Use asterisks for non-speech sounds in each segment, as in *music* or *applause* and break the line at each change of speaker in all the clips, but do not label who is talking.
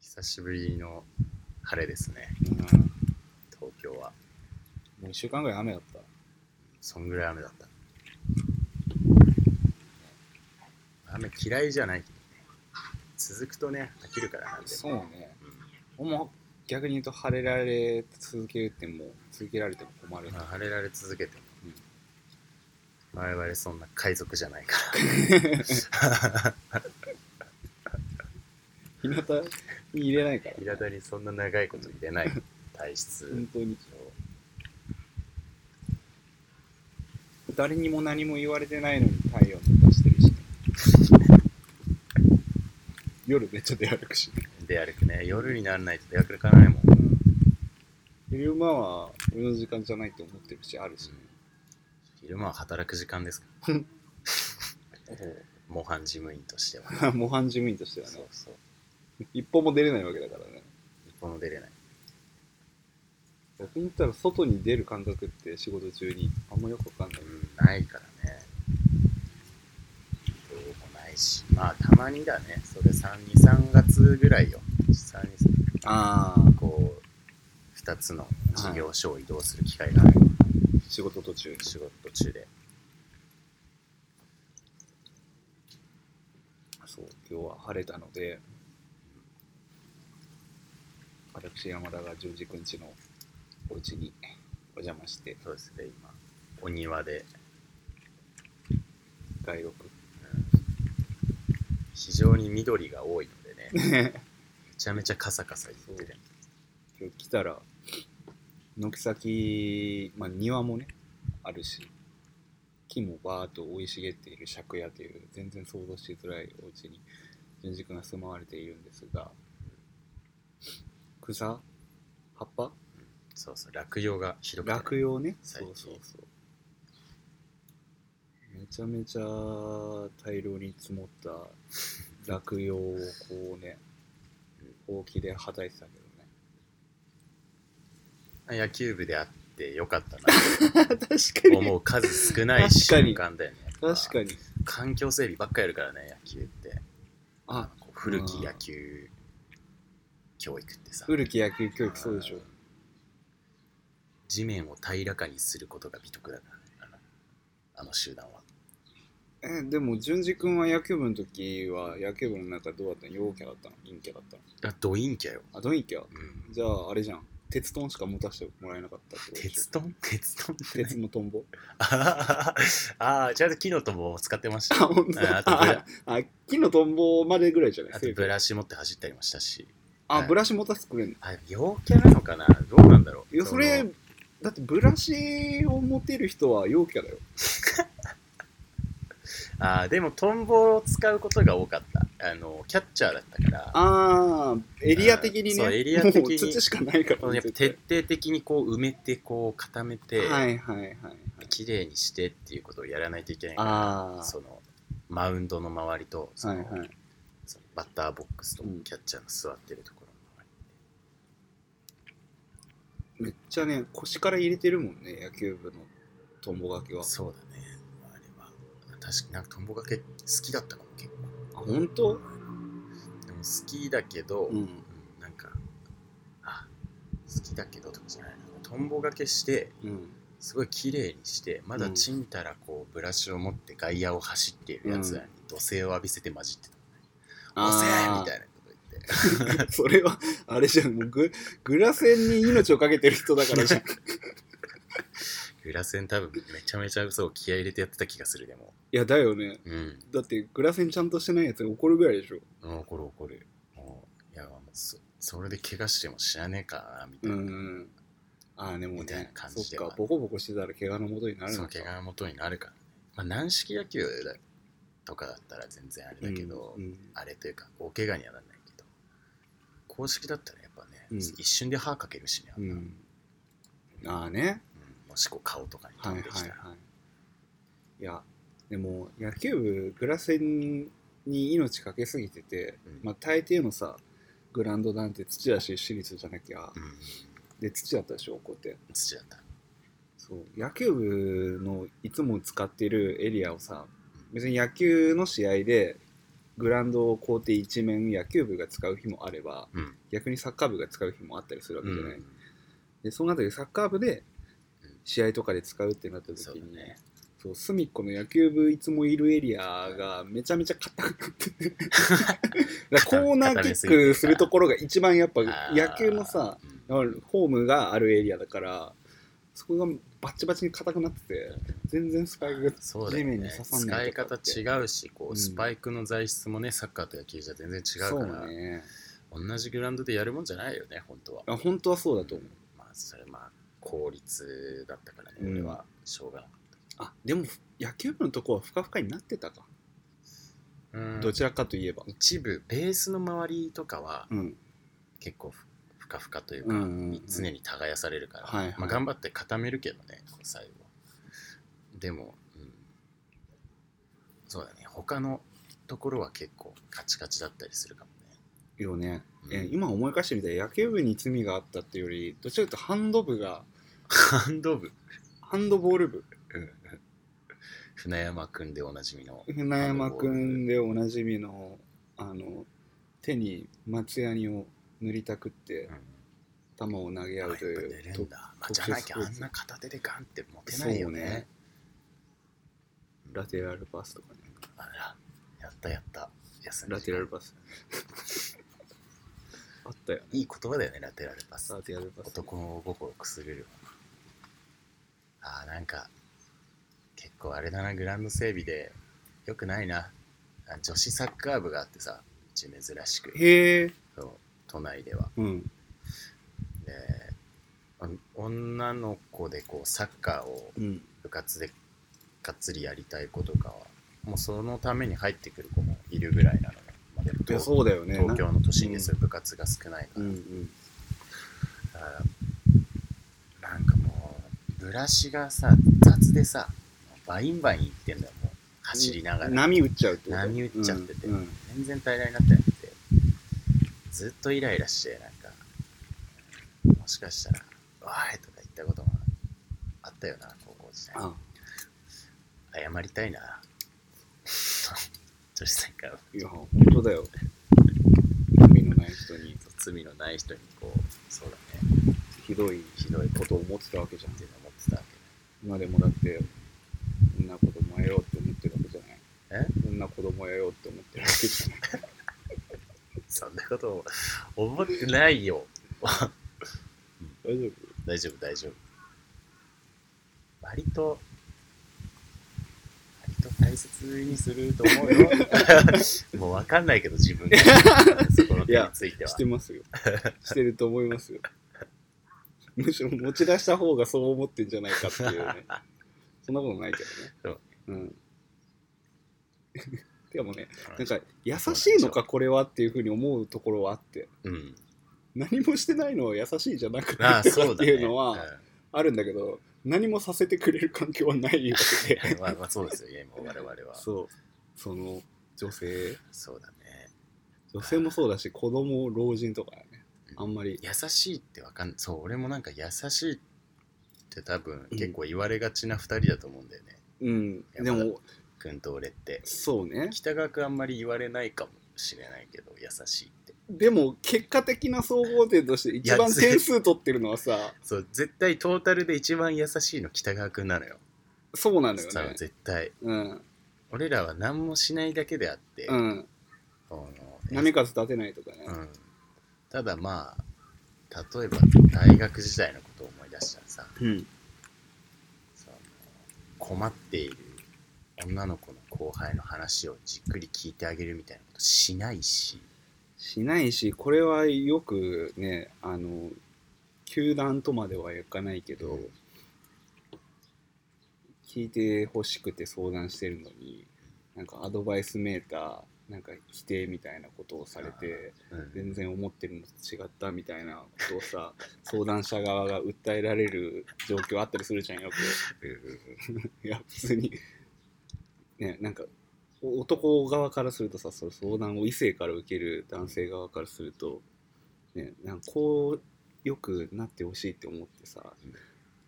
久しぶりの晴れですね、
うん
東京は。
もう一週間ぐらい雨だった。
そんぐらい雨だった。雨嫌いじゃないけどね。続くとね、飽きるからなんで。
そうね。
うん
もう逆に言うと、晴れられ続けるってもう、続けられても困る
ま
な。
あ、晴れられ続けても、
うん
我々そんな海賊じゃないか
日向に入れないから
ら平田にそんな長いこと入れ *laughs* ない体質
本当に。誰にも何も言われてないのに太陽に出してるし、ね、夜めっちゃ出歩くし、ね、
で歩くね夜にならないと出かかないもん、
昼間は俺の時間じゃないと思ってるしあるし、ね *laughs*
昼間は働く時間ですから *laughs* 模範事務員としては、
模範事務員としては
そ
ね
うそう
一歩も出れないわけだからね
一歩も出れない
逆に言ったら外に出る感覚って仕事中にあんまよくわかんない
うんないからねどうもないしまあたまにだねそれ323月ぐらいよ3 2
ああ
こう2つの事業所を移動する機会がある、
仕事途中
仕事中で
そう今日は晴れたので私山田が19日のお家にお邪魔して
そうですね今お庭で、
外録
うん非常に緑が多いのでねめちゃめちゃカサカサ言ってて
今日来たら軒先、まあ、庭もねあるし木もバーッと生い茂っている借家という全然想像しづらいお家に純次君が住まわれているんですが草葉っぱ
そうそう落葉が広くて
落葉ね
最
そう
近
そうそうめちゃめちゃ大量に積も
*laughs*
った落葉をこうねほうきではたいてたけどね
野球部であってよかったな
確
*laughs*
か
と思う数少ない
確かに
瞬間だよね
確か
に
に
環境整備ばっかやるからね野球って
あ
こう古き野球教育ってさ
古き野球教育そうでしょ
地面を平らかにすることが美徳だからねあのあの集団は
えでも淳二君は野球部の時は野球部の中どうだったの陽キャだったの陰キャだったの
あドインキャよ、
あドインキャ
うん、
じゃああれじゃん鉄トンしか持たせてもらえなかったってことでしょ
鉄トン鉄トン *laughs* って
鉄のトンボ
ああちゃんと木のトンボも使ってま
*laughs*
した
あ
よ
本当
あ
だ
あとブラ
ああ木のトンボまでぐらいじゃない
あ
セ
と
ーフ
ブラシ持って走ったりもしたし
あブラシ持たせてくれんの
あ陽キャなのかなどうなんだろう
い
い
やそれだってブラシを持てる人は陽キャだよ
ああでもトンボを使うことが多かったあのキャッチャーだったから
ああエリア的にね
そうエリア的に
もう土しかないか
こ
ら
のやっぱ
絶
徹
対
底的にこう埋めてこう固めて、
はいはいはいはい
綺麗にしてっていうことをやらないといけないから
ああ
そのマウンドの周りとそ
はい
の、
はい
そのバッターボックスと
うん
キャッチャーの座ってるところの周
めっちゃね腰から入れてるもんね野球部のトンボがけ
り、
は
そうだねあれは確かになんかトンボがけ好きだったかも結構
あ本当
でも好きだけど、
う
うん
ん
なんかあ好きだけどとかじゃないなトンボがけして
うん
すごい綺麗にしてまだ
うん
ちんたらこうブラシを持って外野を走っているやつらに土星を浴びせて混じってた「おせー!」みた
い
いなこと言って
なそれはあれじゃんもうググラセンに命をかけてる人だか
*laughs*
らじゃんい
グラセン多分めちゃめちゃ嘘を気合い入れてやってた気がするでも
やだよね
うん
だってグラセンちゃんとしてないやつが怒るぐらいでしょ
うん怒る怒るもういやもうそそれで怪我しても知らねえかなみた
う
いな、
んああでも
みたいな
ね
感じ
そ
で
っかボコボコしてたら怪我のもとになる
そ
の
の
か
怪我の元になるから、まあ、軟式野球だとかだったら全然あれだけど、
うんうん
あれというか大怪我にはならないけど公式だったらやっぱね、
うん
一瞬で歯かけるしね、あんな
うんああね
うんもしこう顔とかに
は
飛ん
いはい
できたら、
はい。いや、でも野球部、グラセンに命かけすぎてて、
うん
まあ大抵のさ、グラウンドなんて土だし、私立じゃなきゃ、
うん
で、土だったでしょ、こうやって。
土だった
そう、野球部のいつも使ってるエリアをさ、別に野球の試合でグラウンドを校庭一面野球部が使う日もあれば
うん
逆にサッカー部が使う日もあったりするわ
う
けじゃない、
ん
でそうなった時サッカー部で
うん
試合とかで使うってなった時
そうだ
に、
ね
そう隅っこの野球部いつもいるエリアがめちゃめちゃ硬く
*laughs*
てだからコーナーキックするところが一番やっぱ
あー
野球のさ、
うん
ホームがあるエリアだからそこがバッチバチに硬くなってて全然スパイクが
そうだ
地
よ
面に
ね
刺さんな
使
い
い
とか
方
って
違うしこ
うん
うスパイクの材質もねサッカーと野球じゃ全然違うか
そ
ら
うね
同じグラウンドでやるもんじゃないよね本当は
あ本当はそうだと思う
まあそれまあ効率だったからね
うん
俺はしょうがなかっ
あでも野球部のとこはふかふかになってたか、
たうん
どちらかといえば
一部ベースの周りとかは
うん
結構ふふかふかという
うん
か
うんうん
常に耕されるから、
はいはい
まあ、頑張って固めるけどね最後でも、うん、そうだね他のところは結構カチカチだったりするかもね
よね、
うん
えー今思い返してみたら野球部に罪があったっていうよりどちらかというとハンド部が
ハンド部
ハンドボール部
船山くんでおなじみの
船山くんでおなじみのあの手に松ヤニを塗りたくって球を投げ合
や
う
っ
と
ぱ
い
寝
う
るんだ、まあ、じゃなきゃあんな片手でガンって持てないよね
ラテラルパスとかね
あらやったやった休んで
ラテラルパス *laughs* あったよ
いい言葉だよねラテラルパス
ラテラルパス
男の心をくすぐるああなんか結構あれだなグラウンド整備でよくないなあ女子サッカー部があってさうち珍しく
へえ
そう都内では
うん
であ女の子でこうサッカーを
うん
部活でがっつりやりたい子とかはもうそのために入ってくる子もいるぐらいなのよ、まあ、でも
いや
東
そうだよね
東京の都心で
うん
そういう部活が少ないから、
うんうん
だからなんかもうブラシがさ雑でさバインバインいってんだよもう走りながら、
波打っちゃうってこと
波打っちゃってて
うんうん
全然平らになってなくてずっとイライラしてなんかもしかしたら「わーい!」とか言ったこともあったよな高校時代
あ
謝りたいな *laughs* 女子さんから
いや本当だよ波のない人に
罪のない人にこうそうだね
ひどい
ひどいこ
こととを思ってたわけじゃん
っていうのを思ってたわ
今でもだってこんな子供やようって思ってるわけじゃない
けねえ
こんな子供やようって思ってるわけじゃない
そんなことを思ってないよ
大丈
大丈夫大丈夫割と割と大切にすると思う
*laughs*
よもう分かんないけど自分がそこの点について
夫
は
してますよしてると思いますよむしろ持ち出した方がそう思ってんじゃないかっていう
*laughs*
ねそんなことないけどねうん *laughs* でもねなんか優しいのかこれはっていうふうに思うところはあって
うん
何もしてないのは優しいじゃなく
あ
な
あ
いと
そ
か
う
っ
だ
て
ね
いうのはあるんだけど何もさせてくれる環境はないわけで
うんまあまあそうですよね今我々は *laughs* そう
そうその女
だ
性
ね
女性もそうだし子供老人とかね
うん
あんまり
優しいってわかんそう俺もなんか優しいって多分結構言われがちな2人だと思うんだよね、
うん
いや
で
ま
も
君と俺って
そうね
北川君あんまり言われないかもしれないけど優しいって
でも結果的な総合点として一番点数取ってるのはさ
そう絶対トータルで一番優しいの北川君なのよ
そうなのよ
さあ
ね
絶対
うん
俺らは何もしないだけであって、
うん
あの
波風立てないとかね
うんただまあ例えば大学時代のことを思い出したらさ
うん
その困っている女の子の後輩の話をじっくり聞いてあげるみたいなことしないし
しないしこれはよくねあの球団とまではいかないけど、
うん
聞いてほしくて相談してるのになんかアドバイスメーターなんか否定みたいなことをされて
うん
全然思ってるのと違ったみたいなことをさ相談者側が訴えられる状況あったりするじゃんよくいや普通にねなんかお男側からするとさその相談を異性から受ける男性側からすると、ね、なんかこうよくなってほしいって思ってさ
うん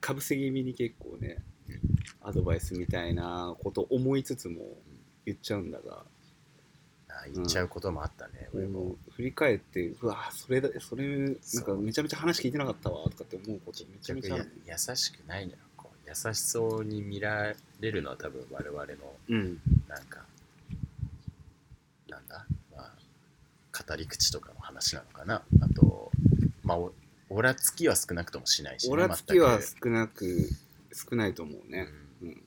かぶせ気味に結構ね
うん
アドバイスみたいなことを思いつつも言っちゃうんだが
なな言っちゃうこともあったね、
俺
俺も、
も振り返ってうわそれだそれなんかめちゃめちゃ話聞いてなかったわとかって思うことめちゃめ
逆
ち
に
ゃあ
や
る
優しくないのよこう優しそうに見られるのは多分我々の
うん
なんかなんだ、まあ、語り口とかの話なのかなあとまあおオラつきは少なくともしないしね、
オラつきは
全
少なく少ないと思う
く
ね
うん
うん
だ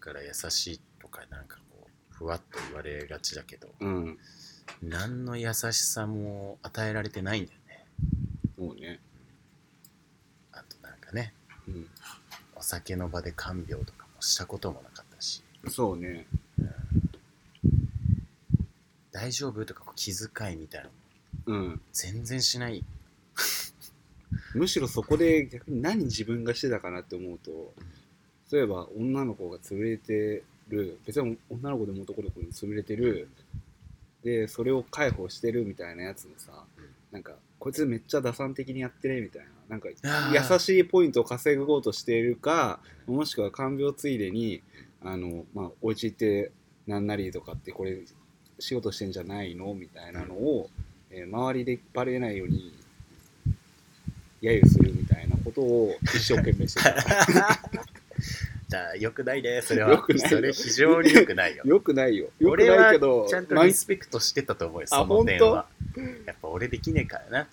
から優しいとかなんかこうふわっと言われがちだけど
うん
何の優しさも与えられてないんだよね
そうね
あとなんかね
うん
お酒の場で看病とかもしたこともなかったし
そうね
大丈夫とかこう気遣いみたいなのも
うん
全然しない、
むしろそこで逆に何自分がしてたかなって思うとそういえば女の子が潰れてる別に女の子でも男の子でも潰れてるでそれを解放してるみたいなやつのさ
うん
なんかこいつめっちゃ打算的にやってるみたいななんか
あー
優しいポイントを稼ごうとしているかもしくは看病ついでにあの、まあ、お家行ってなんなりとかってこれ仕事してんじゃないのみたいなのを、えー周りでバレないように揶揄するみたいなことを一生懸命し
*laughs*
てた
だよくないねそれは
よくないよ
それ非常によく
*laughs*
ないよ
よくないよ
*laughs*
よく
俺は
ないけど
ちゃんと
マイ
リスペクトしてたと思うよ
あ
その点は
本
やっぱ俺できねえからなっ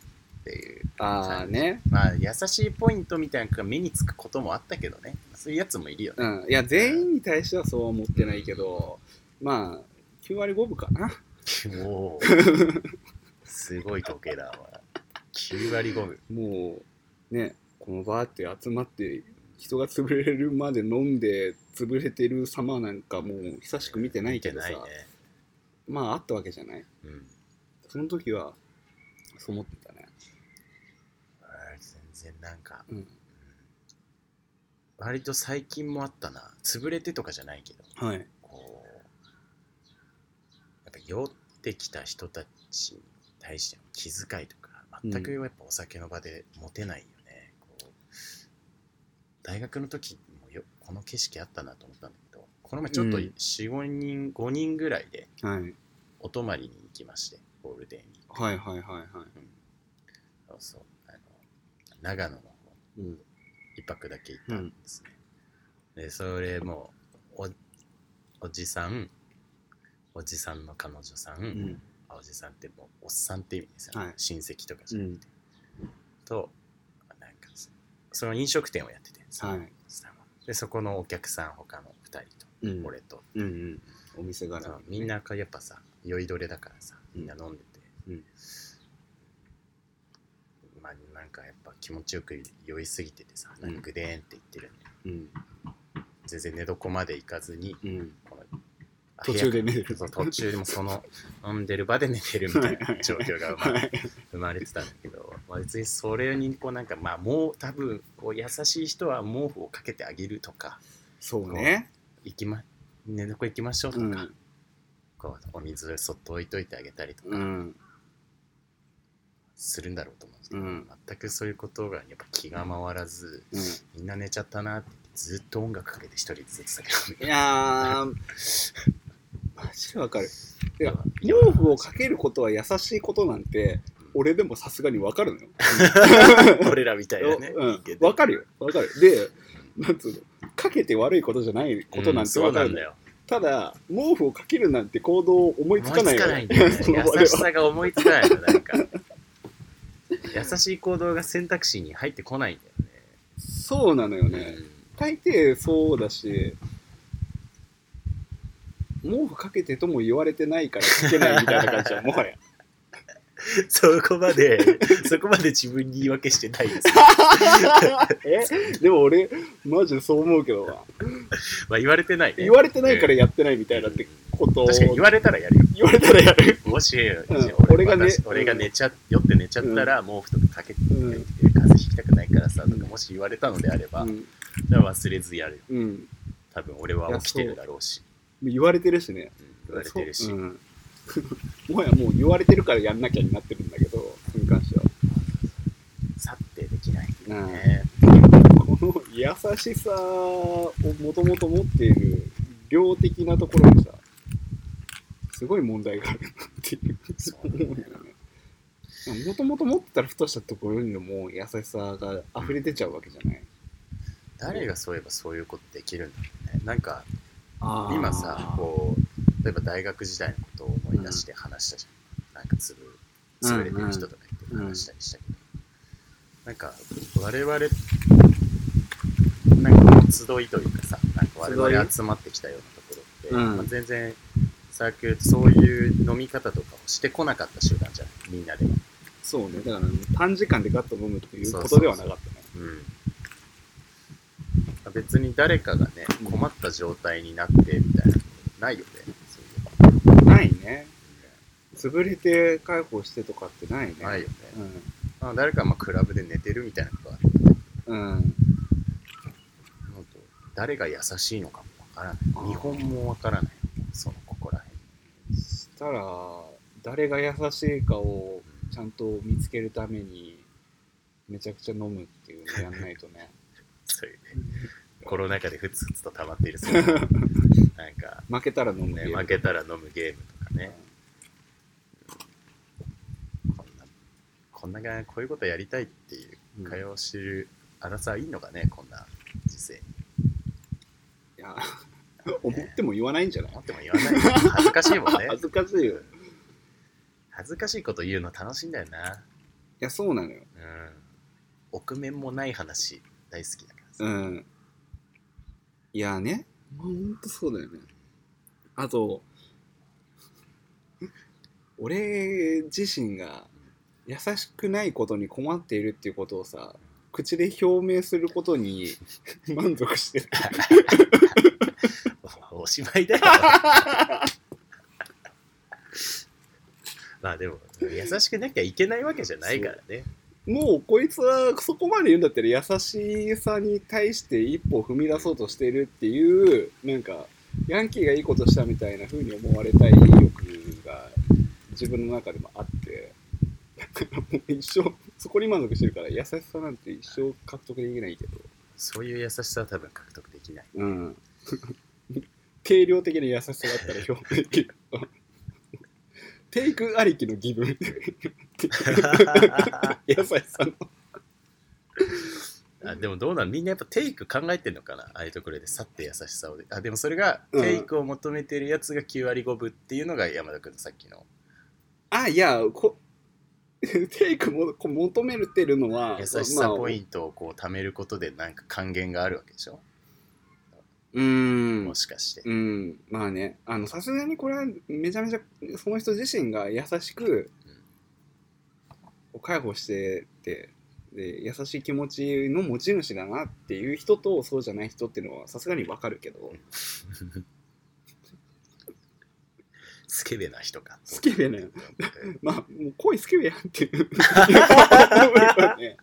ていう
あーね
まあ優しいポイントみたいなのが目につくこともあったけどねそういうやつもいるよね
うんいや全員に対してはそうは思ってないけどまあ9割5分かな
おー *laughs* すごい時計だわ9割5分
もうねこのバーって集まって人が潰れるまで飲んで潰れてる様なんかもう久しく見てないけどさ、
見てないね
まああったわけじゃない
うん
その時はそう思ってたね
あー全然なんか
うん
割と最近もあったな潰れてとかじゃないけど
はい
こうやっぱ酔ってきた人たちに対しての気遣いとか全く
う
やっぱお酒の場で持てないよね、こう大学の時もよこの景色あったなと思ったんだけどこの前ちょっと
うん
45人5人ぐらいで
はい
お泊まりに行きましてゴールデンウィーク
はいはいはいは
そうそうあの長野の方
いうん
一泊だけ行ったんですね、でそれもうおおじさんおじさんの彼女さん、
うん
あおじさんってもうおっさんって意味ですよね、
はい
親戚とかじ
う
ゃ
ん
となんかそその飲食店をやっててその
はい
おじさんはでそこのお客さん他の2人と
うん
俺と、
うんうんお店柄
そうみんなやっぱさ酔いどれだからさみんな飲んでて、
うん
まあなんかやっぱ気持ちよく酔いすぎててさなん
う
か
ん
グデーンって言ってる、
うん
全然寝床まで行かずに
うん
この
途中で寝れる
そう途中でもそ
*laughs*
の飲んでる場で寝てるみたいな状況が生ま
はい
れ生まれてたんだけど、まあ、別にそれにこうなんかまあもう多分こう優しい人は毛布をかけてあげるとか
*laughs* そうね
行き、ま、寝床行きましょうと
う
か、
ん
こうお水そっと置いといてあげたりとか
うん
するんだろうと思うんですけ
う
ど、
ん
全くそういうことがやっぱ気が回らず
うん
みんな寝ちゃったなってずっと音楽かけて一人でずっと酒飲ん
い
で
や *laughs* ー、マジでわかる。いや、毛布をかけることは優しいことなんて、俺でもさすがにわかるのよ。
俺らみたいなね。
うん
いいけ、ど
わかるよ。わかる。で、なんつうの、かけて悪いことじゃないことなんて
う
わ
そう
か
な
る
ん
の
だ
よ。
よ。
ただ、毛布をかけるなんて行動を思いつかな
*laughs*
いよ
んだよね
*laughs* その場で
優し
は。
さが思いつかないの、なんか。優しい行動が選択肢に入ってこないんだよ
そうなのよ
ね。
ね。大抵そうだし、毛布かけてとも言われてないからかけないみたいな感じはもは
*laughs*
や。
そこまで、そこまで自分に言い訳してないです。
えでも俺マジでそう思うけどな
まあ言われてないね。
言われてないからやってないみたいなってことを
確かに言
言
われたらやるよ。
われたらやる
もし、
ん
俺が
俺がね
私俺が寝ちゃ、酔って寝ちゃったら、毛布とかかけて、
うん
風邪ひきたくないからさ、と
うん
か、もし言われたのであれば、
うん、
じゃあ忘れずやるよ。
うん、
多分俺は起きてるだろうし、
言われてるしね
うん言われてるし
そう。うん *laughs* もはやもう言われてるからやんなきゃになってるんだけどそれに関しては
去ってできないけど
うん
ね。
この優しさをもともと持っている量的なところがさすごい問題がある
そう
思うんだよね。もともと持ってたらふとしたところにも優しさが溢れ出ちゃうわけじゃない。
誰がそういえばそういうことできるんだろうねなんか
あー
今さこう例えば大学時代のことを思い出して話したじゃん、なんかつぶ潰れてる人とかいて話したりしたけど、なんか我々なんか集いというかさなんか我々集まってきたようなところって、
うん
まあ、全然サークルそういう飲み方とかをしてこなかった集団じゃんみんなでは、
そうね、だから短時間でガッと飲むっていうこ
そうそうそ
と
う
ではなかったね。
うん別に誰かがね
うん
困った状態になってみたいなことないよねそういうの
ないね。潰れて解放してとかってないね。
ないよね、
うん。
まあ、誰かまあクラブで寝てるみたいなことはある
うん。
本当誰が優しいのかもわからない日本もわからないそのここら
そしたら、誰が優しいかをちゃんと見つけるために、めちゃくちゃ飲むっていう
*laughs*
のやんないとね。
辺そういうねコロナ禍でふつふつと溜まっているそう
*laughs*
ななんか、
負けたら飲む
ね、
ゲーム
*laughs* 負けたら飲むゲームとかねこんなこんながこういうことやりたいっていう
うん
会話を知るあなさはいいのかねこんな時世に
いや、 *laughs* 思っても言わないんじゃない
思っても言わない恥ずかしいもんね
恥ずかしいよ。い
恥ずかしいこと言うの楽しいんだよな
や、そうなのよ。
うん臆面もない話大好きだからさ、
うん。いやね、ほんとそうだよね。あと、俺自身が優しくないことに困っているっていうことをさ、口で表明することに満足してる。
*laughs* おしまいだよ。まあでも、優しくなきゃいけないわけじゃないからね。
もうこいつはそこまで言うんだったら優しさに対して一歩踏み出そうとしてるっていうなんかヤンキーがいいことしたみたいな風に思われたい意欲が自分の中でもあってだからもう一生そこに満足してるから優しさなんて一生獲得できないけど、
そういう優しさは多分獲得で
*laughs*
きない。
うん、定量的な優しさだったら表面的 *laughs* テイクありきの義分 *laughs* 優しさの
あでもどうなのみんなやっぱテイク考えてんのかなああいうところでさって優しさをで。あでもそれが
うん
テイクを求めてるやつが9割5分っていうのが山田君のさっきの
あいやこ *laughs* テイクもこ求めてるのは
優しさポイ
ト、
ントをこう貯めることでなんか還元があるわけでしょ
まあ、うーん
もしかして。
うんまあねあのさすがにこれはめちゃめちゃその人自身が優しく介抱しててで優しい気持ちの持ち主だなっていう人とそうじゃない人っていうのはさすがにわかるけど
スケベな人か。
スケベなよ
うん
まあもう恋好きやんっていう
*laughs*
思うよね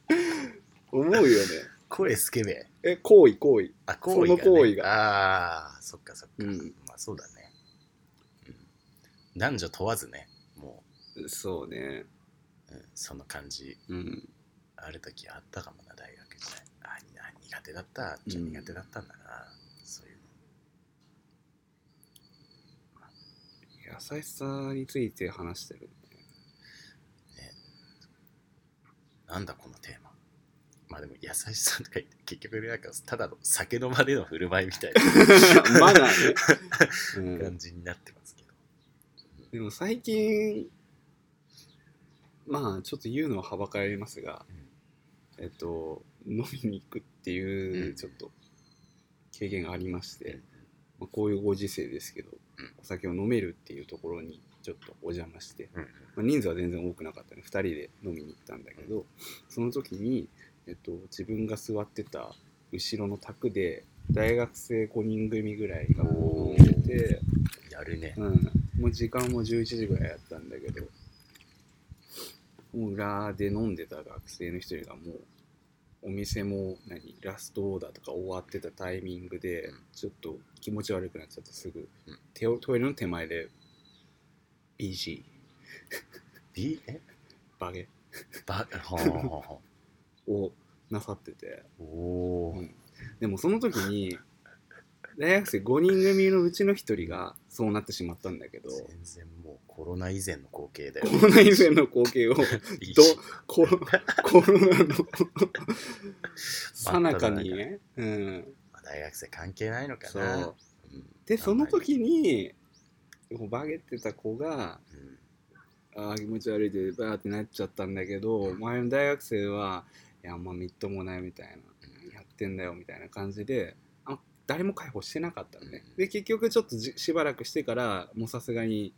思うよね
声スケベ。
え行為行為
あ、行為が、ね。
その行為
が。ああ、そっかそっか。
うん
まあそうだね、うん男女問わずね、も
そうね
う、うんその感じ、
うん
ある時あったかもな、大学時代。あ、にあ苦手だった。じゃ
うん
苦手だったんだな。そういうの。
優しさについて話してる
なんだこのテーマ。まあでも優しさとか言って、結局なんかただの酒の場での振る舞いみたい
*laughs* まだね、う
なん感、じになってますけど。
でも最近まあちょっと言うのははばかられますが、えっと飲みに行くっていううんちょっと経験がありまして、まあ、こういうご時世ですけど、
うん
お酒を飲めるっていうところにちょっとお邪魔して、
うんうん
まあ、人数は全然多くなかったね2人で飲みに行ったんだけど、その時に、えっと、自分が座ってた後ろの卓で大学生5人組ぐらいが飲んでて、
やるね。
うん、もう時間も11時ぐらいやったんだけどもう裏で飲んでた学生の一人がもうお店も何ラストオーダーとか終わってたタイミングで
うん
ちょっと気持ち悪くなっちゃってすぐ、
うん
手をトイレの手前で BG
B? え
バゲ
ば、ほんほんほ
*laughs* をなさってて
ん。おお
でもその時に大学生5人組のうちの1人がそうなってしまったんだけど、
全然もうコロナ以前の光景だよ。
コロナ以前の光景を、
いい
*laughs* ど
し *laughs*
コロコロナのさなかにね、うん、
まあ大学生関係ないのか
そ
な。
う。
うん
で、その時に、バゲってた子が、
うん
ああ気持ち悪いでバーってなっちゃったんだけど前の大学生はいやあんまみっともないみたいな何やってんだよみたいな感じであ誰も解放してなかったのね
うん
で結局ちょっとじしばらくしてからもうさすがに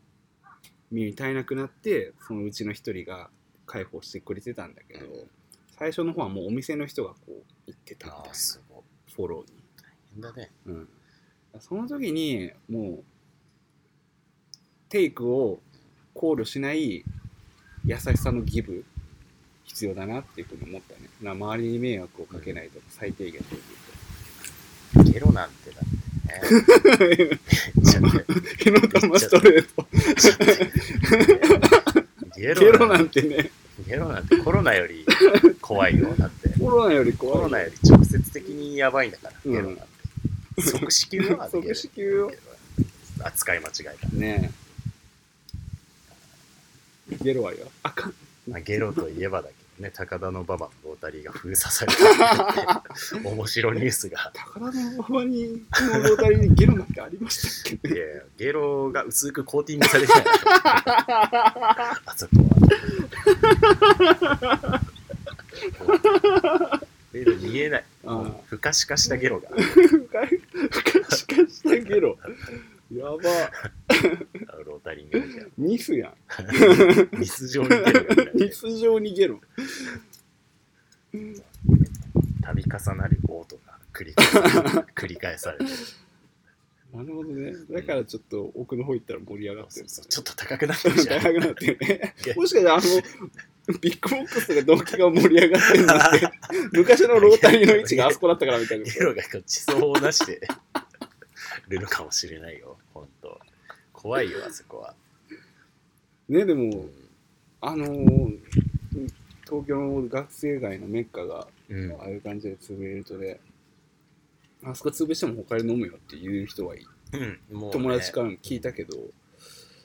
耳足りなくなってそのうちの一人が解放してくれてたんだけど、
うん
最初の方はもうお店の人がこう行ってたみたい
あ
な
あ、すごい。
フォローに
変だね。
うん、その時にもうテイクを考慮しない優しさのギブ必要だなっていうふうに思ったねな周りに迷惑をかけないとか最低限という
ゲロなんてだってね。
*laughs*
ちょっと
ゲロ玉ストレート
ゲ
*laughs* ゲロ
ロな
なんんてね
ゲロなんてコロナより怖いよ。だって。
コロナより怖い
コロナより直接的にやばいんだから、
うん
ゲロなんて。即死級よ、あのゲロ
即死級よ。
扱い間違えた。
ねえゲロはよあかん
まあ、ゲロといえばだけどね、高田の馬場のロータリーが封鎖されたって
*laughs*
いう面白いニュースがあって。
高田の馬場にこのロータリーにゲロなんてありましたっけ
いやいやゲロが薄くコーティングされてたよあそこは。で見えない。
あ *laughs* あ
不可視化したゲロが、
不可不可視化したゲロやば
ロータリーに置いてある
ニスやん
ミス状にゲロが見られて
ニス状にゲロ
度重なるオートが繰り返されて繰り返されて
なるほどねだからちょっと奥の方行ったら盛り上がって
そう
る
そうちょっと高くなってるじゃん
高くなってるねもしかしたらあのビッグボックスとか動機が盛り上がってるんだって *laughs* 昔のロータリーの位置があそこだったからみたいな
ゲロがこう地層を出してるのかもしれないよ本当怖いよあそこは、
ねで
う
も
ん
あのー東京の学生街のメッカが
うん
ああいう感じで潰れるとねあそこ潰しても他で飲むよっていう人はい
もうね
友達からも聞いたけど、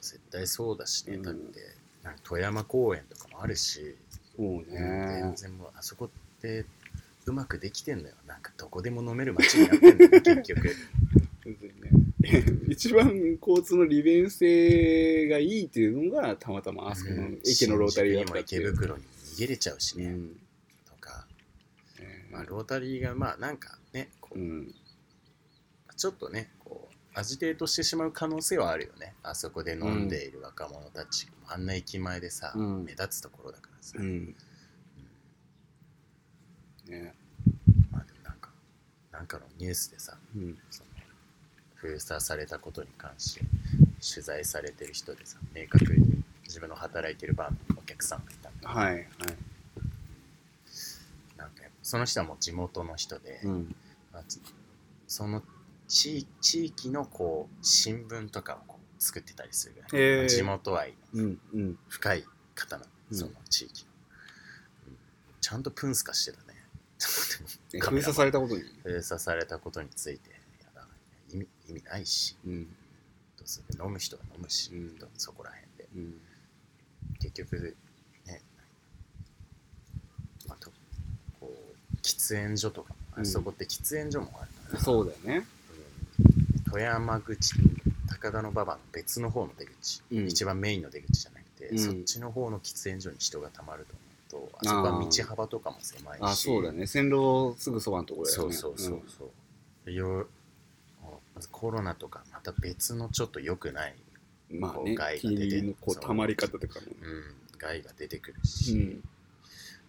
絶対そうだしね
うん
だって、なんか富山公園とかもあるし、
そう
全
ね。
然もうあそこってうまくできてんのよなんかどこでも飲める街になってんのよ
*laughs*
結局
全然ね。一番交通の利便性がいいっていうのが、たまたまあそこの駅のロータリーだ
に
っ
も
たって
池
いう。
袋にも逃げれちゃうし
う
ね、
ん。
とか、
ね
まあ、ロータリーがまあなんかねこう
うん。
ちょっとねこうアジテートしてしまう可能性はあるよねあそこで飲んでいる若者たち、あんな駅前でさ、
うん
目立つところだからさ、
うん。ね
まあでもなんかなんかのニュースでさ
うん。
その封鎖されたことに関して取材されてる人でさ明確に自分の働いてるバーのお客さんがいたんだ
はい。は
なん
い。
かやっぱその人はもう地元の人で、
うん。
まあつその地地域のこう新聞とかをこう作ってたりするぐらい、
へえ
地元愛
うん。うん。
深い方なの
うん
その地域の、うんちゃんとプンスカしてたね *laughs*
ね
カ
封
メラ
鎖されたことに。
封鎖されたことについてやだ意味意味ないし
うん。
どうする飲む人は飲むし、
うん
どそこら辺で
うん。
結局ね、まあ、とこう喫煙所とかもあ
うん
そこって喫煙所もあるから、
そうだよね。
うん富山口高田の馬場の別の方の出口、
うん
一番メインの出口じゃなくて、
うん
そっちの方の喫煙所に人がたまると思うとあそこは道幅とかも狭いし
あ、そうだね。線路すぐそばのところだ
そ
よ
う
ね。
そうそうそう、でよまずコロナとかまた別のちょっと良くない、
うん。まあ
こう
ね
害、が
金
出て
利のこ
そう
う、溜まり方とかもね。
うん、害が出てくるし、
うん。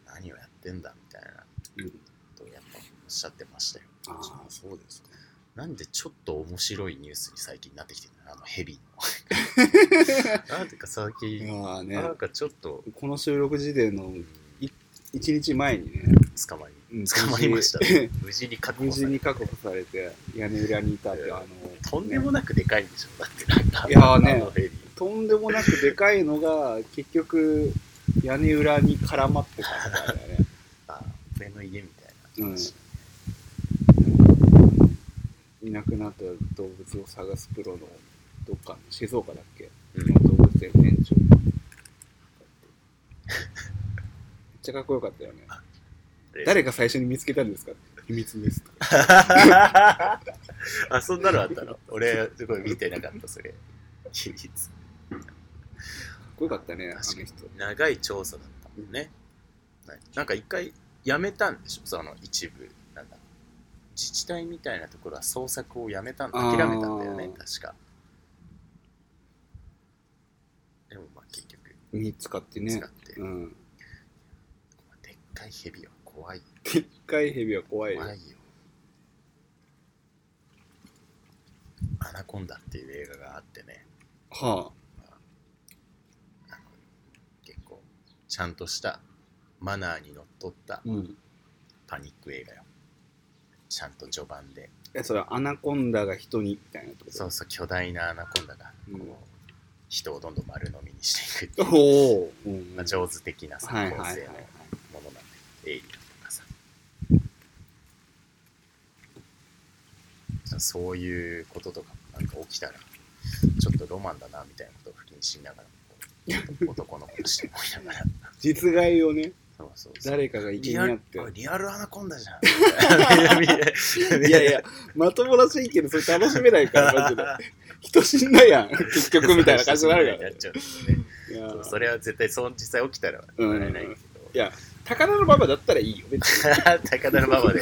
何をやってんだみたいな
うん
ことをやっぱおっしゃってましたよ
ああ、そうですか。
なんでちょっと面白いニュースに最近なってきてるのあのヘビの
*laughs*
なんていうか最近、
ああね、
なんかちょっと、
この収録時点の
うん
い1日前にね、
捕まり
うん
捕まりました、ね、無事に確
無
保さ
事に
れた
確保されて、屋根裏にいたって、あの、
とんでも
ね
なくでかいんでしょだってなんか
いやーね
あのヘビ
とんでもなくでかいのが、結局、屋根裏に絡まってたみたいだね。
あ俺の家みたいな
うん
話、
ねなくなった動物を探すプロのどっかの静岡だっけ
うん *laughs*
の動物園店長めっちゃかっこよかったよね誰が最初に見つけたんですか秘密ですとか
あ、そんなのあったの俺、すごい見てなかった、それ。秘密。
かっこよかったねあの
確か
人
に長い調査だったもんね。はいなんか一回やめたんでしょその一部、なんだ自治体みたいなところは捜索をやめたんだ。諦めたんだよね、
あ
確か。でもまあ結局、
見つかって
使
ね
って。
うん
でっかいヘビは怖い。
でっかいヘビは怖いよ
怖いよ。アナコンダっていう映画があってね。
は
あの結構ちゃんとしたマナーにのっとった
あうん
パニック映画よちゃんと序盤で
えそれはアナコンダが人にみたいなとこ
そううそう巨大なアナコンダが
うん
こう人をどんどん丸飲みにしていくって
お
いう、
お、うん
まあ、上手的なさ構
はい
成
はい
のものなん
はい
で、エ
はい
イリアンとかさそういうこととかもなんか起きたらちょっとロマンだなみたいなことを不倫しながらこう男の子として思いながら
実害をね
そうそうそう
誰かが生き
リ
に
ア
あっ
ル
て
おいリアルアナコンダじゃん。い
いやいや、まともらしいけど、それ楽しめないから、マジで。人死んだやん、結局みたいな感じになるか
や
ら。
っ *laughs*
い
ちゃうんだよね
や
そうそれは絶対そう実際起きたら
うん
笑えないけど。 *laughs*
いや高田の馬場だったらいいよ、別に。
高田馬場で、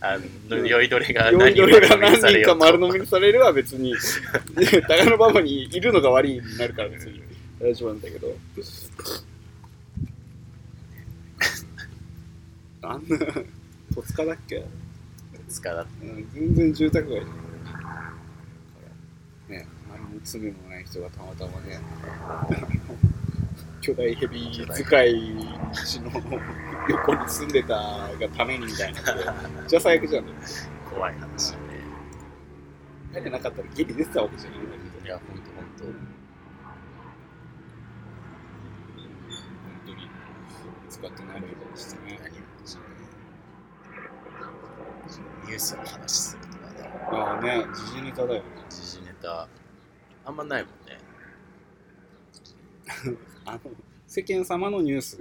あの、
うん
酔いどれが
酔い
何
ど
人
れ
か
が
丸飲み
何
され
人
よ
か
う
丸飲
と
みにされるは別
*laughs*
に、高田の馬場にいるのが悪いになるから、別に大丈夫なんだけど。あんな、戸塚だっけ
塚だっ
うん全然住宅街だよね何の罪もない人がたまたまね巨大ヘビ使い地の横に住んでたがためにみたいなじゃあ最悪じゃん
た怖い話だね。
誰なかったらギリ出てたわけじゃないんだ
いや、ほんとほんと。
けど本当に使ってないけどしてね
何をニュースの話するとかね。
ああね時事ネタだよね
時事ネタ、あんまないもんね。
あの世間様のニュース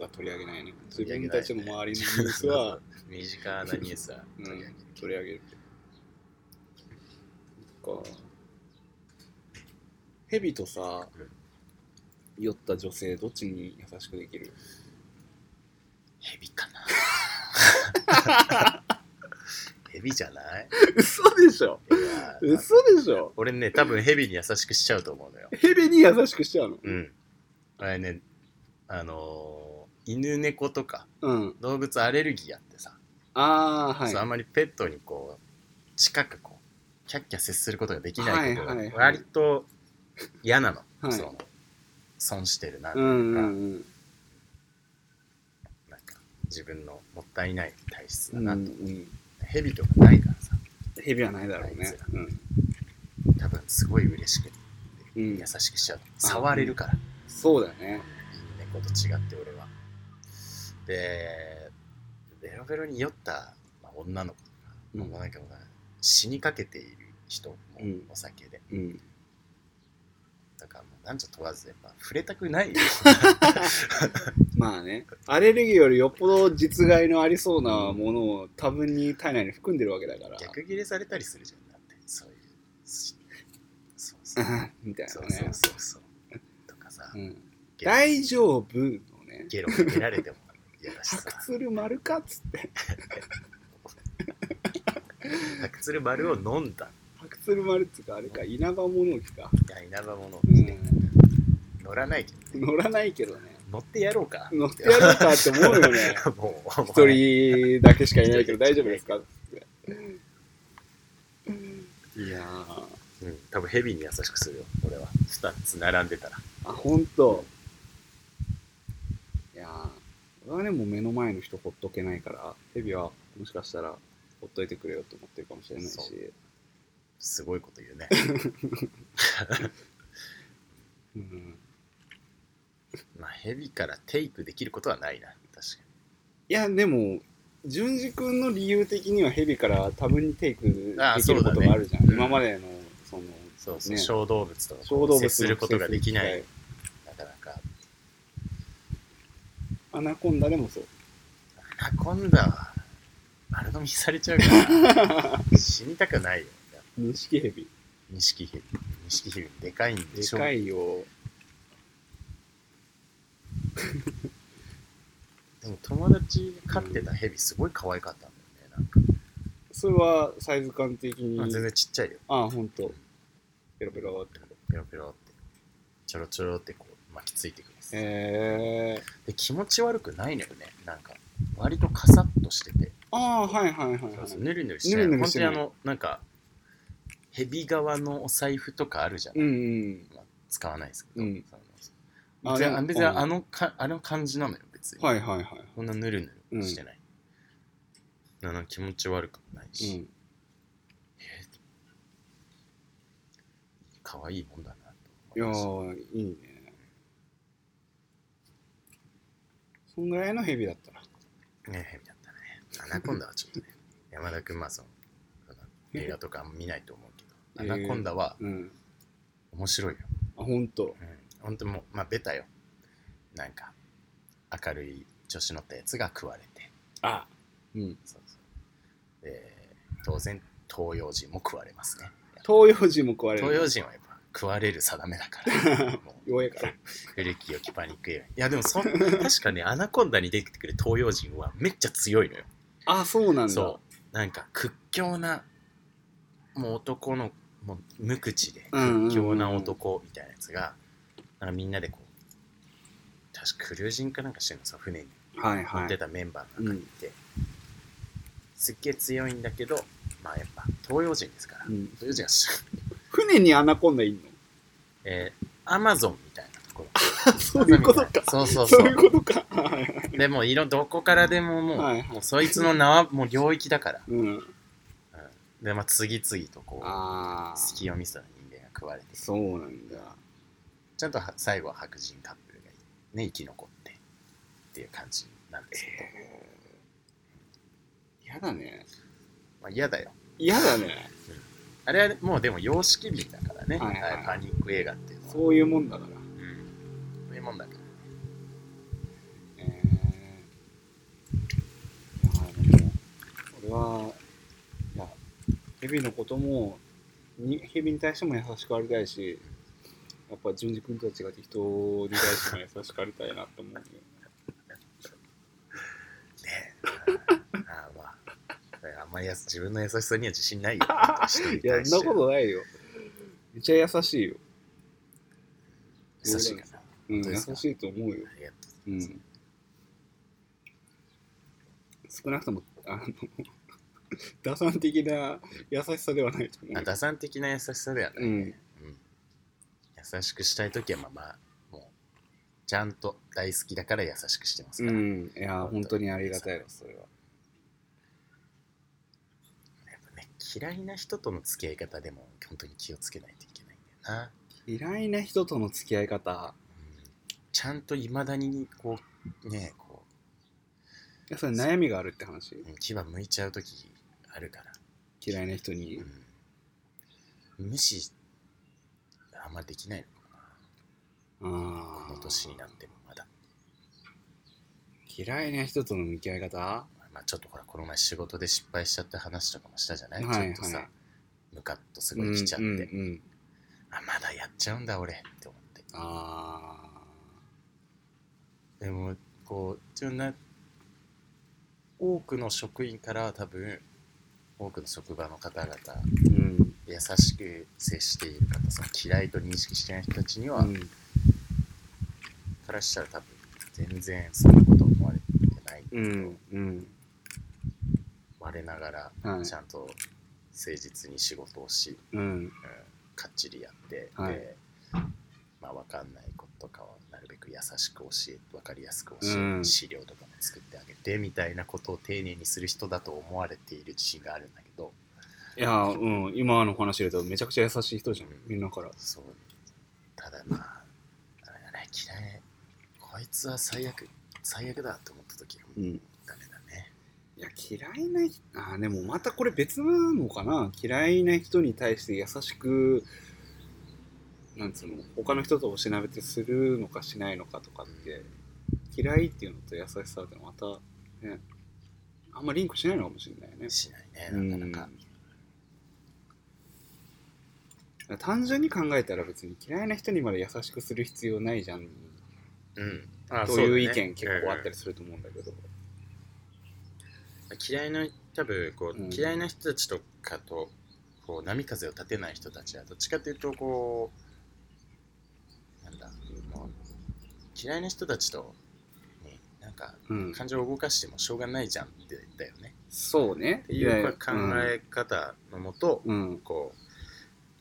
は取り上げないね自分たちの周りのニュースは
身近なニュース
*laughs*
は
う
取り上げる
ん、取り上げる。そっか。ヘビとさ
うん、
酔った女性、どっちに優しくで
*laughs*
きる
ヘビかな
*laughs*
ヘビじゃない
嘘でしょ
いやー
*laughs* 嘘でしょ
俺ね、多分ヘビに優しくしちゃうと思うのよ。
ヘビに優しくしちゃうの
うん。あれね、あのー犬猫とか
うん。
動物アレルギーあってさ、
ああ、はい
そうあ。んまりペットにこう、近くこう、キャッキャ接することができないこと
はい
が
はいはい
割と嫌なの。
はい
その、損してるな、
うんうん
なんか自分のもったいない体質
う
だ
ん。
な
う
と。
んうん
ヘビとかないからさ、
ヘビはないだろうね。うん
多分すごい嬉しくて
うん
優、しくしちゃう。触れるから。
そうだね。
猫と違って俺はでベロベロに酔った、まあ、女の子とか、
うん
もうなんかもう死にかけている人も
うん
お酒で、
うん、
だからもう男女問わずやっぱ触れたくないよ
*laughs* まあね、アレルギーよりよっぽど実害のありそうなものを多分に体内に含んでるわけだから。
逆ギレされたりするじゃんだってそういうしそう
う *laughs*
そう
ん *laughs* みたい
そ
な
う
ね
そう。そうそうとかさ、
うん
ゲロ
大丈夫のね、
ゲロかけられても嫌だし
白
さ
*laughs* 鶴丸かっつって、
白鶴丸を飲んだ
白鶴丸っつうか、あれか、稲葉物置か。
いや稲葉物を
う
着て、
ん、
乗らないけど
乗らないけどね、
乗ってやろうか
乗ってやろうかって思うよね。
*laughs* もう
一人だけしかいないけど大丈夫ですかっつって。いやー、
うん、多分ヘビに優しくするよ、俺は。二つ並んでたら。
あ、ほんと。いやー、俺はね、もう目の前の人ほっとけないから、ヘビはもしかしたらほっといてくれよと思ってるかもしれないし
そ。すごいこと言う *laughs* ね。
うん
まあ、ヘビからテイクできることはないな、確か
いや、でも、淳二君の理由的にはヘビから多分にテイク
ああ
できることがあるじゃん、
そうだね
今までのその
そうそう、
ね
小動物と
小動物
接することができない、なかなか。
アナコンダでもそう
アナコンダは丸飲みされちゃう *laughs* から、死にたくないよ。
錦ヘビ
錦蛇。錦蛇、でかいんで
で
しょ。
かいよ
でも友達が飼ってたヘビすごい可愛かったんだよね。なんか
それはサイズ感的に
まあ全然ちっちゃいよ。
ああほんとペロペロって
ペロペロって。ちょろちょろってこう巻きついてくるんです、
へえ
で、気持ち悪くないのよね。なんか、割とカサッとしてて。
ああはいはいはいはい
そうそうぬるぬるしてない。
ぬるぬる
本
し
当に
てな
あ
い
の、なんか、ヘビ側のお財布とかあるじゃない、
うんうん
まあ使わないですけど。
うん
そうそうそう
あ
別に
で
あ
も
別に
うん
あのかあの感じなのよ、別に。
はいはいはい
そんなぬるぬるしてない。なの気持ち悪くもないうし、
ん
可愛いもんだなと
いや
思いました
ーいいねそんぐらいのヘビだったら
ねヘビだったね。アナコンダはちょっとね、山田君まあその映画とかあんま見ないと思うけど、
えー
アナコンダは
うん
面白いよ。
あほんと
うん、本当もう、まあベタよ。なんか、明るい女子乗ったやつが食われて、
あうん
そうそうで当然、東洋人も食われますね。
東洋人も食われる
東洋人はやっぱ食われる定めだ
*laughs*
から、もう
弱いから
古き良きパニック映画。いやでもそん確かね、アナコンダに出てくる東洋人はめっちゃ強いのよ。
あそうなんだ
そうなんか屈強なもう男のもう無口で
うんうんうん
屈強な男みたいなやつが、なんかみんなでこう確かクルージングかなんかしてるのさ船に
はい
乗
は
って
い
たメンバーがいて、すっげえ強いんだけどまあやっぱ東洋人ですから、
うん
東洋人はし、
船にアナコンダいんの
*laughs* えー、アマゾンみたいなところ
あそういうことか
*laughs* そうそう
そ
そう
いう
う
ことかはいはい
でも色どこからでももう,、
はいはい
もうそいつの名はもう領域だから
うん
でまあ次々とこう
ああ
隙を見せた人間が食われて
そうなんだ
ちゃんとは最後は白人カップルがね生き残ってっていう感じなんですけど、
嫌だね
まあ、嫌だよ
嫌だね
あれはもうでも様式美だからね、
はいはい
ああパニック映画っていうのは
そういうもんだから
うんそういうもんだから
えーいやでも俺はいやヘビのこともにヘビに対しても優しくありたいしやっぱ淳二君とは違って人に対しても優しくありたいなと思うね
ねえああまあだからあんまりやす自分の優しさには自信
*laughs*
ないよ人に
いや
対
そ
し
ん
て
なことないよめっちゃ優しいよ、
優しいから
う
本
ん、
当
優
ですか
しいと思うよ
ありがとう
うん少なくともあの打算的な優しさではないと思う
あ打算的な優しさではない、
うん
うん優しくしたい時はまあまあもうちゃんと大好きだから優しくしてますから、
うん、いや、本当にありがたいです、それは。
やっぱね、嫌いな人との付き合い方でも本当に気をつけないといけないんだよな。
嫌いな人との付き合い方、
うんちゃんといまだにこう、ね、こ
いやそれ悩みがあるって話
う、うん牙向いちゃう時あるから、
嫌いな人に。
うん無視、あんまできないのか
あ
な。この年になってもまだ。
ー嫌いな人との向き合い方は
まあちょっとほら、この前仕事で失敗しちゃった話とかもしたじゃないい、
はい。
ちょっとさ、ムカッとすごい来ちゃって、
うんうんうん
あ、まだやっちゃうんだ俺って思って。
あ
でもこう自分な多くの職員から多分多くの職場の方々
ーうん。
優しく接している方その嫌いと認識してない人たちには、
うん
からしたら多分全然そんなこと思われてない、
うん。うん。
我ながら
はい
ちゃんと誠実に仕事をし、
うん。
うんかっちりやって、
はい
でまあ分かんないこととかはなるべく優しく教え分かりやすく教え、
うん
資料とかも作ってあげてみたいなことを丁寧にする人だと思われている自信があるんだけど
いや、うん。今の話で言うと、めちゃくちゃ優しい人じゃん
うん。
みんなから。
そうただまああれだね嫌いこいつは最悪最悪だと思った時はもう
うん。
ダメだね、
いや、嫌いな人あーでもまたこれ別なのかな嫌いな人に対して優しくなんつうの他の人とおしなべてするのかしないのかとかって嫌いっていうのと優しさってまたねあんまリンクしないのかもしれないよね
しないねなかなか
うん単純に考えたら別に嫌いな人にまで優しくする必要ないじゃん
うんあ
という意見結構あったりすると思うんだけど
嫌いな多分こう、
うん
嫌いな人たちとかとこう波風を立てない人たちはどっちかというとこうなんだもう嫌いな人たちと、ね、なんか
うん
感情を動かしてもしょうがないじゃんって言ったよね
そうね
っていうこれ考え方のもと、
うん
こう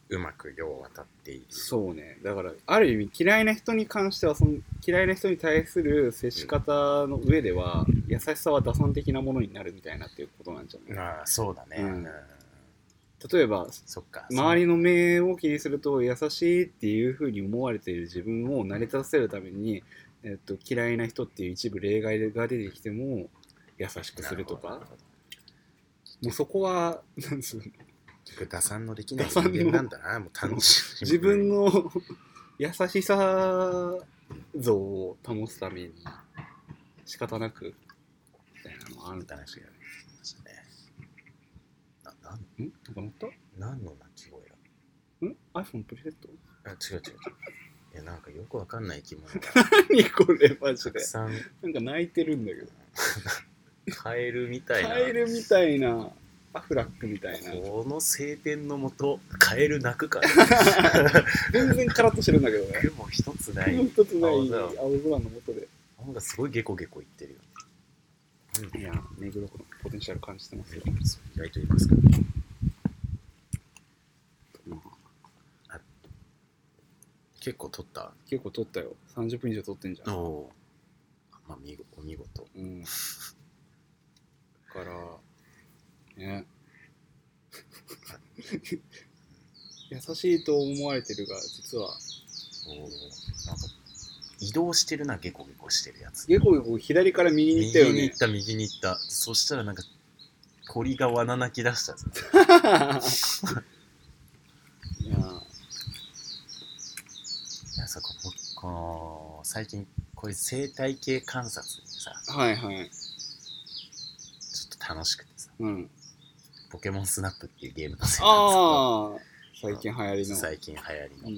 うまく世を渡っている
そうねだからある意味嫌いな人に関してはその嫌いな人に対する接し方の上では優しさは打算的なものになるみたいなっていうことなんじゃない
ああそうだね、
うん
うん
例えば
そっか
周りの目を気にすると優しいっていうふうに思われている自分を成り立たせるために、えっと、嫌いな人っていう一部例外が出てきても優しくすると
な
か
ほど
もうそこはなんつうの
僕打算のできない
打
人
算の
間なんだなもう単純に
自分の *laughs* 優しさ像を保つために仕方なくみたいなのもあるんだ
楽しいよね。な、なん、
んとかなった
何の鳴き声だ
ん ?iPhone プリセット *laughs*
あ、違う違う違う。いや、なんかよくわかんない生き物が
何これマジ
た
で
くさん
なんか泣いてるんだけど
カエルみたいな。
カエルみたいなアフラックみたいな
この晴天のもと、カエル鳴くから、
全然カラッとしてるんだけどね
雲一つない
もう。一つない
青
青
空
空の下で
なんかすごいゲコゲコ言ってるよ。
いや目黒区のポテンシャル感じてますよ、
意外といますから。結構撮った。
結構撮ったよ30分以上撮ってんじゃん
おまあ、見ごお見事。
うん。だから、ね。 *laughs* 優しいと思われてるが、実は、
おお。なんか、移動してるな、ゲコゲコしてるやつ。
ゲコゲコ左から右に行ったよ
右に
ね
行っ。た右に行ったそしたらなんか鳥が罠鳴き出したぞ
*laughs* いやー
いやさこここの最近こういう生態系観察にさ
はいは
ち
い。
ょっと楽しくてさ
うん。
ポケモンスナップっていうゲームのせいなん
ああ、最近流行
で
り
すけ
の
ど。最近流行りの、
うん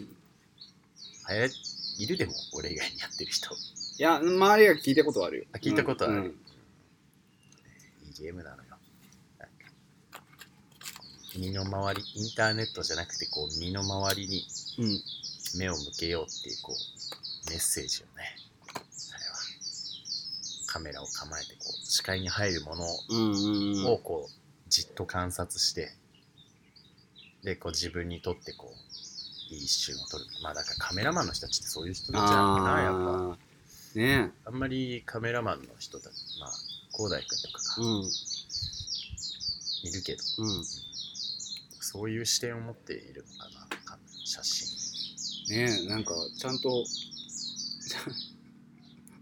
流
い
行いるでも俺以外にやってる人
や、周りが聞いたことあるよ。
あ聞いたことある
うん
いいゲームなのよなんか身の回りインターネットじゃなくてこう身の回りに
うん。うん
目を向けようっていうこうメッセージをねあれはカメラを構えてこう視界に入るもの
うんうんうん
をこうじっと観察してでこう自分にとってこういい一瞬を撮るまあだからカメラマンの人たちってそういう人たちなんだなやっぱ
ああ、ね
あんまりカメラマンの人たちまあ広大君とか
う
が
ん。
いるけど、
うん。
そういう視点を持っているのかなか写真
ねえなんかちゃんと *laughs* ちゃん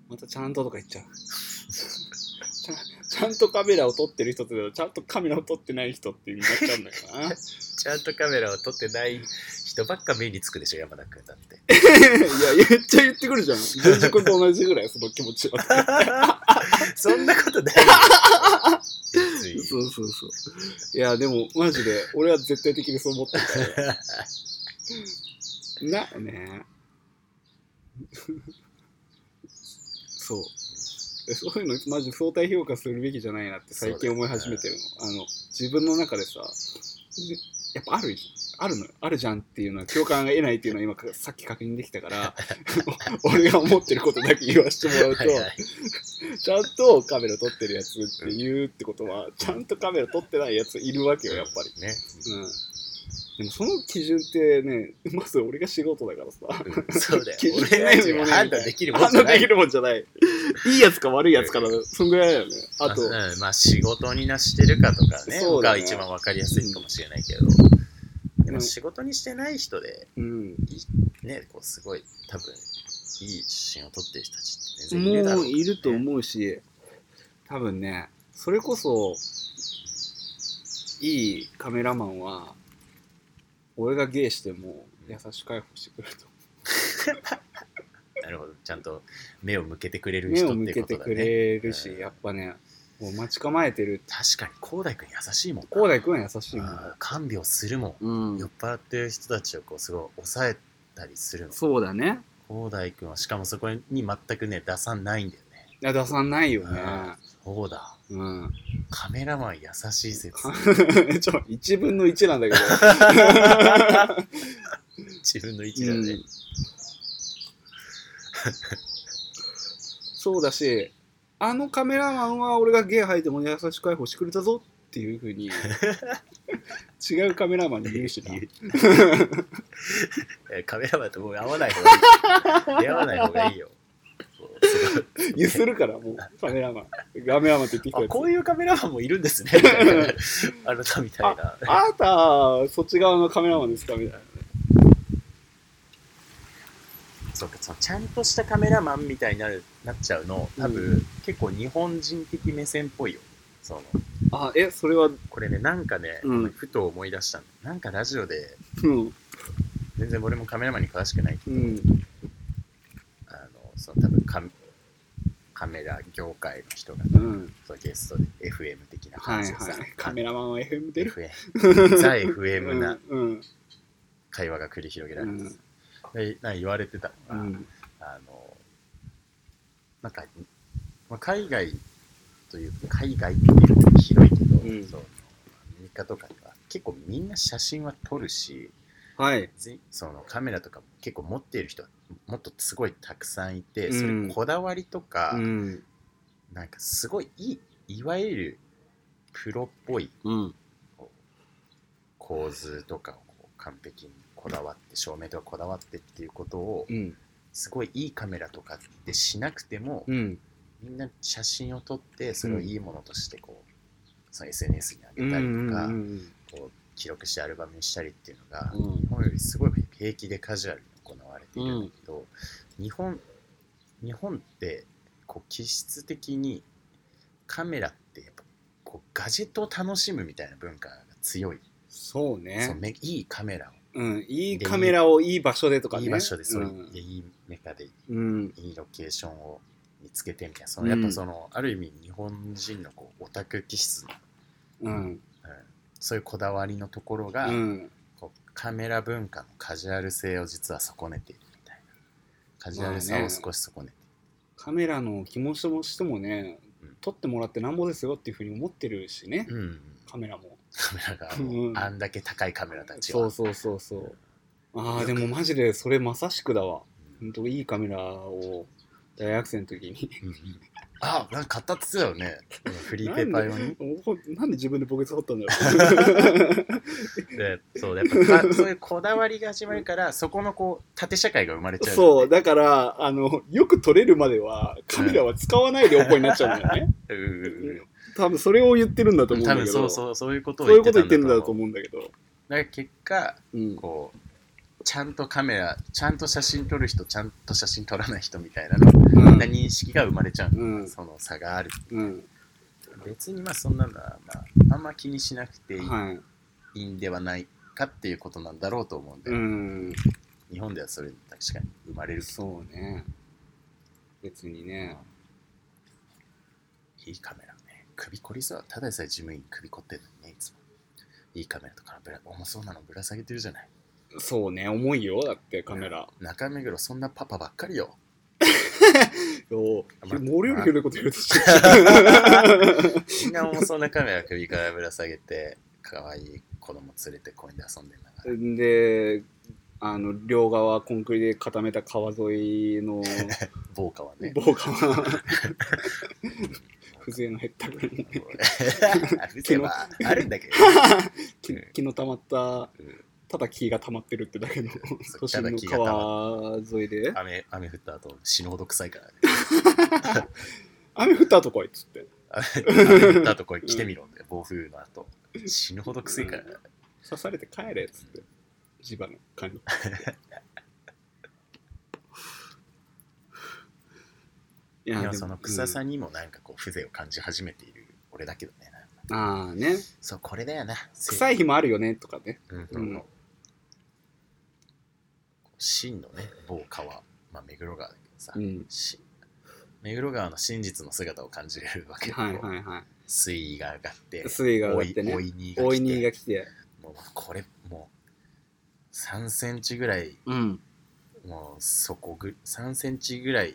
またちゃんととか言っちゃう *laughs* ちゃんちゃんとカメラを撮ってる人ってちゃんとカメラを撮ってない人 *laughs* っていうになっちゃうんだよな
ちゃんとカメラを撮ってない人ばっか目につくでしょ山田君だって
いや言っちゃ言ってくるじゃん純次君と同じぐらいその気持ちは
*laughs* そんなことない。別に
そうそうそういやでもマジで俺は絶対的にそう思ってる
*laughs*
からなねそうえそういうのマジ相対評価するべきじゃないなって最近思い始めてるの,、あの自分の中でさやっぱあるじゃんあるのよあるじゃんっていうのは共感が得ないっていうのは今かさっき確認できたから
*laughs*
俺が思ってることだけ言わせてもらうと
はいはい
ちゃんとカメラ撮ってるやつって言うってことはちゃんとカメラ撮ってないやついるわけよやっぱり
ね。
うんでもその基準ってね *laughs* まず俺が仕事だから *laughs* さ
そうだよ
基。準
俺らには判断できるもんじゃ
判
な
断でき
い。
るもんじゃない。いいやつか悪いやつかだ、そんぐらいだよね。あと、
うん、まあ仕事になしてるかとかね、
そうだ
が
ね
一番わかりやすいかもしれないけど、で
う
も
ん
仕事にしてない人で、
うん、
ね、こうすごい多分いい写真を撮ってる人たちって全然いるだろ
も
う
ういると思うし、多分ね、それこそいいカメラマンは俺がゲイしても優しく解放してくれると
なるほどちゃんと目を向けてくれる
目
人
を
っ
向
てい
け
うこ
て
とだ
く
ね
れるし、
うん
やっぱねもう待ち構えてる
確かに広大君優しいもんな
広大君は優しいもん
あー看病するも
うん
ん酔っ払ってる人たちをこうすごい抑えたりするの
そうだね
広大君はしかもそこに全くね出さないんだよね
いや出さないよね
あそうだ
うん
カメラマン優しい
*laughs*
説
ちょ1分の1なんだけど
*laughs* 自分の位置だね、
うんそうだしあのカメラマンは俺がゲイ吐いても優しく解放してくれたぞっていうふ
*laughs*
うに違うカメラマンに言うしな
言うえカメラマンともう会わない方
*laughs*
がいい出会わない方がいいよそうすご
ゆするからもうカメラマンカメラマンって言ってきた
いあ
やつ
こういうカメラマンもいるんですねあなたみたいな
あなたそっち側のカメラマンですかみたい
そうかそのちゃんとしたカメラマンみたいになるなっちゃうの多分、
うん
結構日本人的目線っぽいよその
なあえそれは
これねなんかね、
うん
ふと思い出したのなんかラジオで
うん
全然俺もカメラマンに詳しくないけ
う
ど、
ん
あのその多分カメカメラ業界の人が
うん
そのゲストで FM 的な
はいは
話
い
をさ、
カメラマンは FM 出る *laughs*
FM ザ FM な
うんうん
会話が繰り広げ
う
られて
ん
さ、でなんか言われてた
う
のが、
ん
あのなんか、まあ、海外というか海外っていうのも広いけど、
うん
そうアメリカとかでは結構みんな写真は撮るし
はい
ぜそのカメラとかも結構持っている人はもっとすごいたくさんいて、
うん
それこだわりとか、
うん
なんかすごいいいいわゆるプロっぽい
うん
構図とかをこう完璧にこだわって照明とかこだわってっていうことを
うん
すごいいいカメラとかってしなくても
うん
みんな写真を撮ってそれをいいものとしてこうその SNS に上げたりとか
うん
こう記録してアルバムにしたりっていうのが
うんうん
日本よりすごい平気でカジュアルに行われているんだけど日本日本ってこう気質的にカメラってやっぱこうガジェットを楽しむみたいな文化が強い
そ
その
うね
めいいカメラを
うんいいカメラをいい場所でとかね
いい場所でそうう、
ん
いいメカでい
うん
いロケーションを見つけてみたいなそのやっぱその、ある意味日本人のこうオタク気質の、
うん
うんそういうこだわりのところが、
うん
こうカメラ文化のカジュアル性を実は損ねているみたいなカジュアルさを少し損ねて
カメラの気持ちとしてもね
うん
撮ってもらってなんぼですよっていうふうに思ってるしね
いる、うんうん
カメラも
カメラが
う
もうんあんだけ高いカメラたちは
そうそうそうそうああでもマジでそれまさしくだわ本当いいカメラを大学生の時に *laughs*
うんうんあなんか買ったって言ってたよねフリーペーパー用に
おほなんで自分でボケツ掘ったんだろ *laughs* う
でそうやっぱかそういうこだわりが始まるからそこのこう縦社会が生まれちゃうよね
そうだからあのよく撮れるまではカメラは使わないでおこうになっちゃうんだよね
うんうんうん
多分それを言ってるんだと思うん
多
だけ
分
ど
そうそうそういうことを
そういうこと言ってるん
思
だと思うんだけど、
だから結果
うん、
こうちゃんとカメラちゃんと写真撮る人ちゃんと写真撮らない人みたいなのみんな認識が生まれちゃう、
うん
その差がある
うん
別にまあそんなのは、まあ、あんま気にしなくて
はい
いいんではないかっていうことなんだろうと思うんで、
うん
日本ではそれ確かに生まれる
そうね別にね
いいカメラね首凝りそうただでさえ事務員首凝ってるのにねいつもいいカメラとかぶら重そうなのぶら下げてるじゃない
そうね重いよだってカメラ
中目黒そんなパパばっかりよ
そう
まあ
俺よりひどいこと言うとし
みんな重そうなカメラ首からぶら下げて可愛い子供連れて公園で遊んでんだから
であの両側コンクリで固めた川沿
*laughs*
いの
防火はね
防火は風情の減っ
*laughs*
たぐらいの
歩けばあるん *laughs* だけど、
き
うん
気の溜まった
うん
ただ木が溜まってるってだけの
そう
都心
ただ
の
木が溜
川沿いで
雨雨降った後死ぬほど臭いからね
雨降ったとこいっつって
雨降った後これ来てみろん
*laughs*
で暴風雨の後死ぬほど臭いからね
刺されて帰れっつって磁場の蚊にい
*laughs* い
や
やその臭さにもなんかこう風情を感じ始めている俺だけどねなんか
ああね
そうこれだよな
臭
い、
い日もあるよねとかね
うん
う
うんん、真のね某川、まあ、目黒川だけどさ、
うん
し目黒川の真実の姿を感じれるわけよ、
はいはいは
水位が上がって
い水位が上
お
がってね
いおいに
おい
来
に
て
が来て
もうこれもう3センチぐらい
うん
もうそこぐ3センチぐらい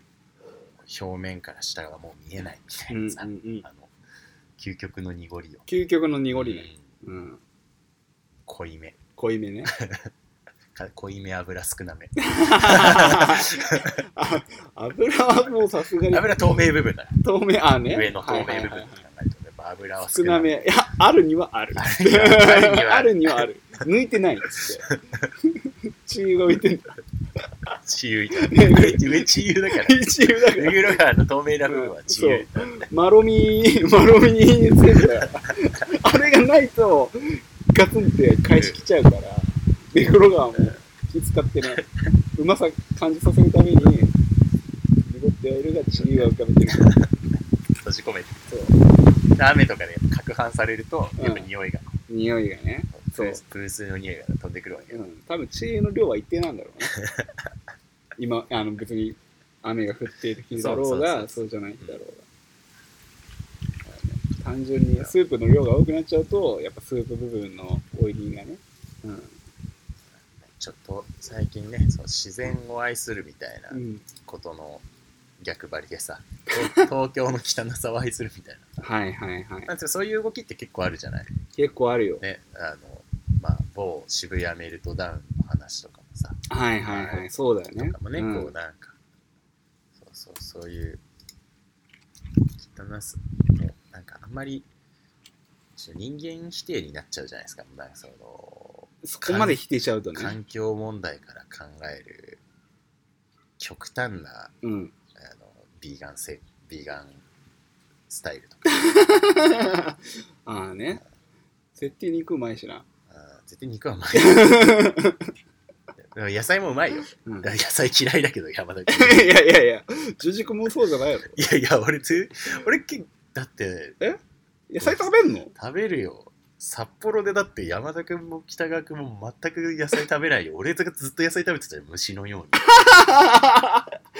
表面から下がもう見えないみた
う
い
んうん
なさ、
うん
あの究極の濁りを
究極の濁りね
うん
うん
濃いめ
濃いめ *laughs* ね
か濃いめ油少なめ
あ油はもうさすがに
油透明部分だね
透明あね
上の透明部分
はいはいはい
考えてもやっぱ油は
少なめいやあるにはあるあ
あ
る
る
に *laughs* はある抜いてないっつって *laughs* 血が浮いてんだ
地油みたいな *laughs* 上上地油だから
血油だから
目黒川の透明な部分は地油
まろみまろみに全部あれがないとガツンって返しきちゃうから目黒川も気使ってねうまさ感じさせるために濁ってはいるが血油は浮かべてる
閉じ込めて
そう
雨とかで攪拌されるとやっぱ匂いが、
匂いがねそう
プースプースの匂いが飛んでくるわけ
う
よ、
ん、多分知恵の量は一定なんだ *laughs* ろうね今あの別に雨が降っている日だろうがそうじゃない日だろうが、単純にスープの量が多くなっちゃうとやっぱスープ部分のオイリーがね、うん
ちょっと最近ねその自然を愛するみたいな
うん、
ことの逆張りでさ、
*laughs*
東京の汚さを愛するみたいな
はいはいは
なん
い
ていうのそういう動きって結構あるじゃない
結構あるよ、
ねあのまあ某渋谷メルトダウンの話とかもさ、
はいはいはいそうだよね
とかもね、
うん
こうなんかそうそうそういう汚すもうなんかあんまりちょっと人間否定になっちゃうじゃないですかなんかその
そこまで否定しちゃうとね、
環境問題から考える極端な
うん、
あのビーガンせビーガンスタイルとか
ああね絶対肉うまいしな、
あー絶対肉はうまいでも野菜もうまいよ *laughs*
うん、い *laughs*
野菜嫌いだけど山田君
やいやいや十字くもそうじゃないやろ
いやいや俺つ俺けだって
野菜食べんの *laughs*
食べるよ札幌でだって山田君も北川君も全く野菜食べないよ俺がずっと野菜食べてたよ虫のように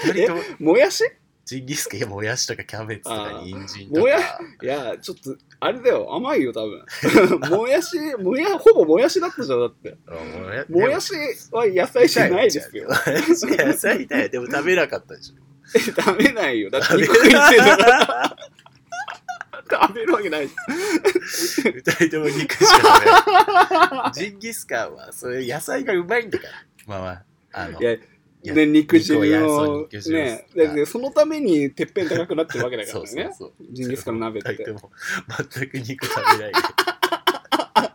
え
割と
もやし
ジンギスカンやもやしとかキャベツとか人参とか
もやいや、ちょっと、あれだよ、甘いよ、多分。 *laughs* もやし、もや、ほぼもやしだったじゃん、だって。
うんもや
もやしは野菜じゃないですよ。
いや野菜だよでも食べなかったでしょ
食べないよ。だって
食べ
肉食いてんだから、食べるわけないじ
二人とも肉しか食べないジンギスカンはそれ野菜がうまいんだからまあまああの
いやゃん。
や
ね、肉汁
肉を野
の
菜、肉汁を
ね、だってそのためにてっぺん高くなってるわけだか
そ
ら
うそう
ね。
そう
ジンギスカンの鍋っ
二人と
て。
も全く肉食べな
*laughs*
い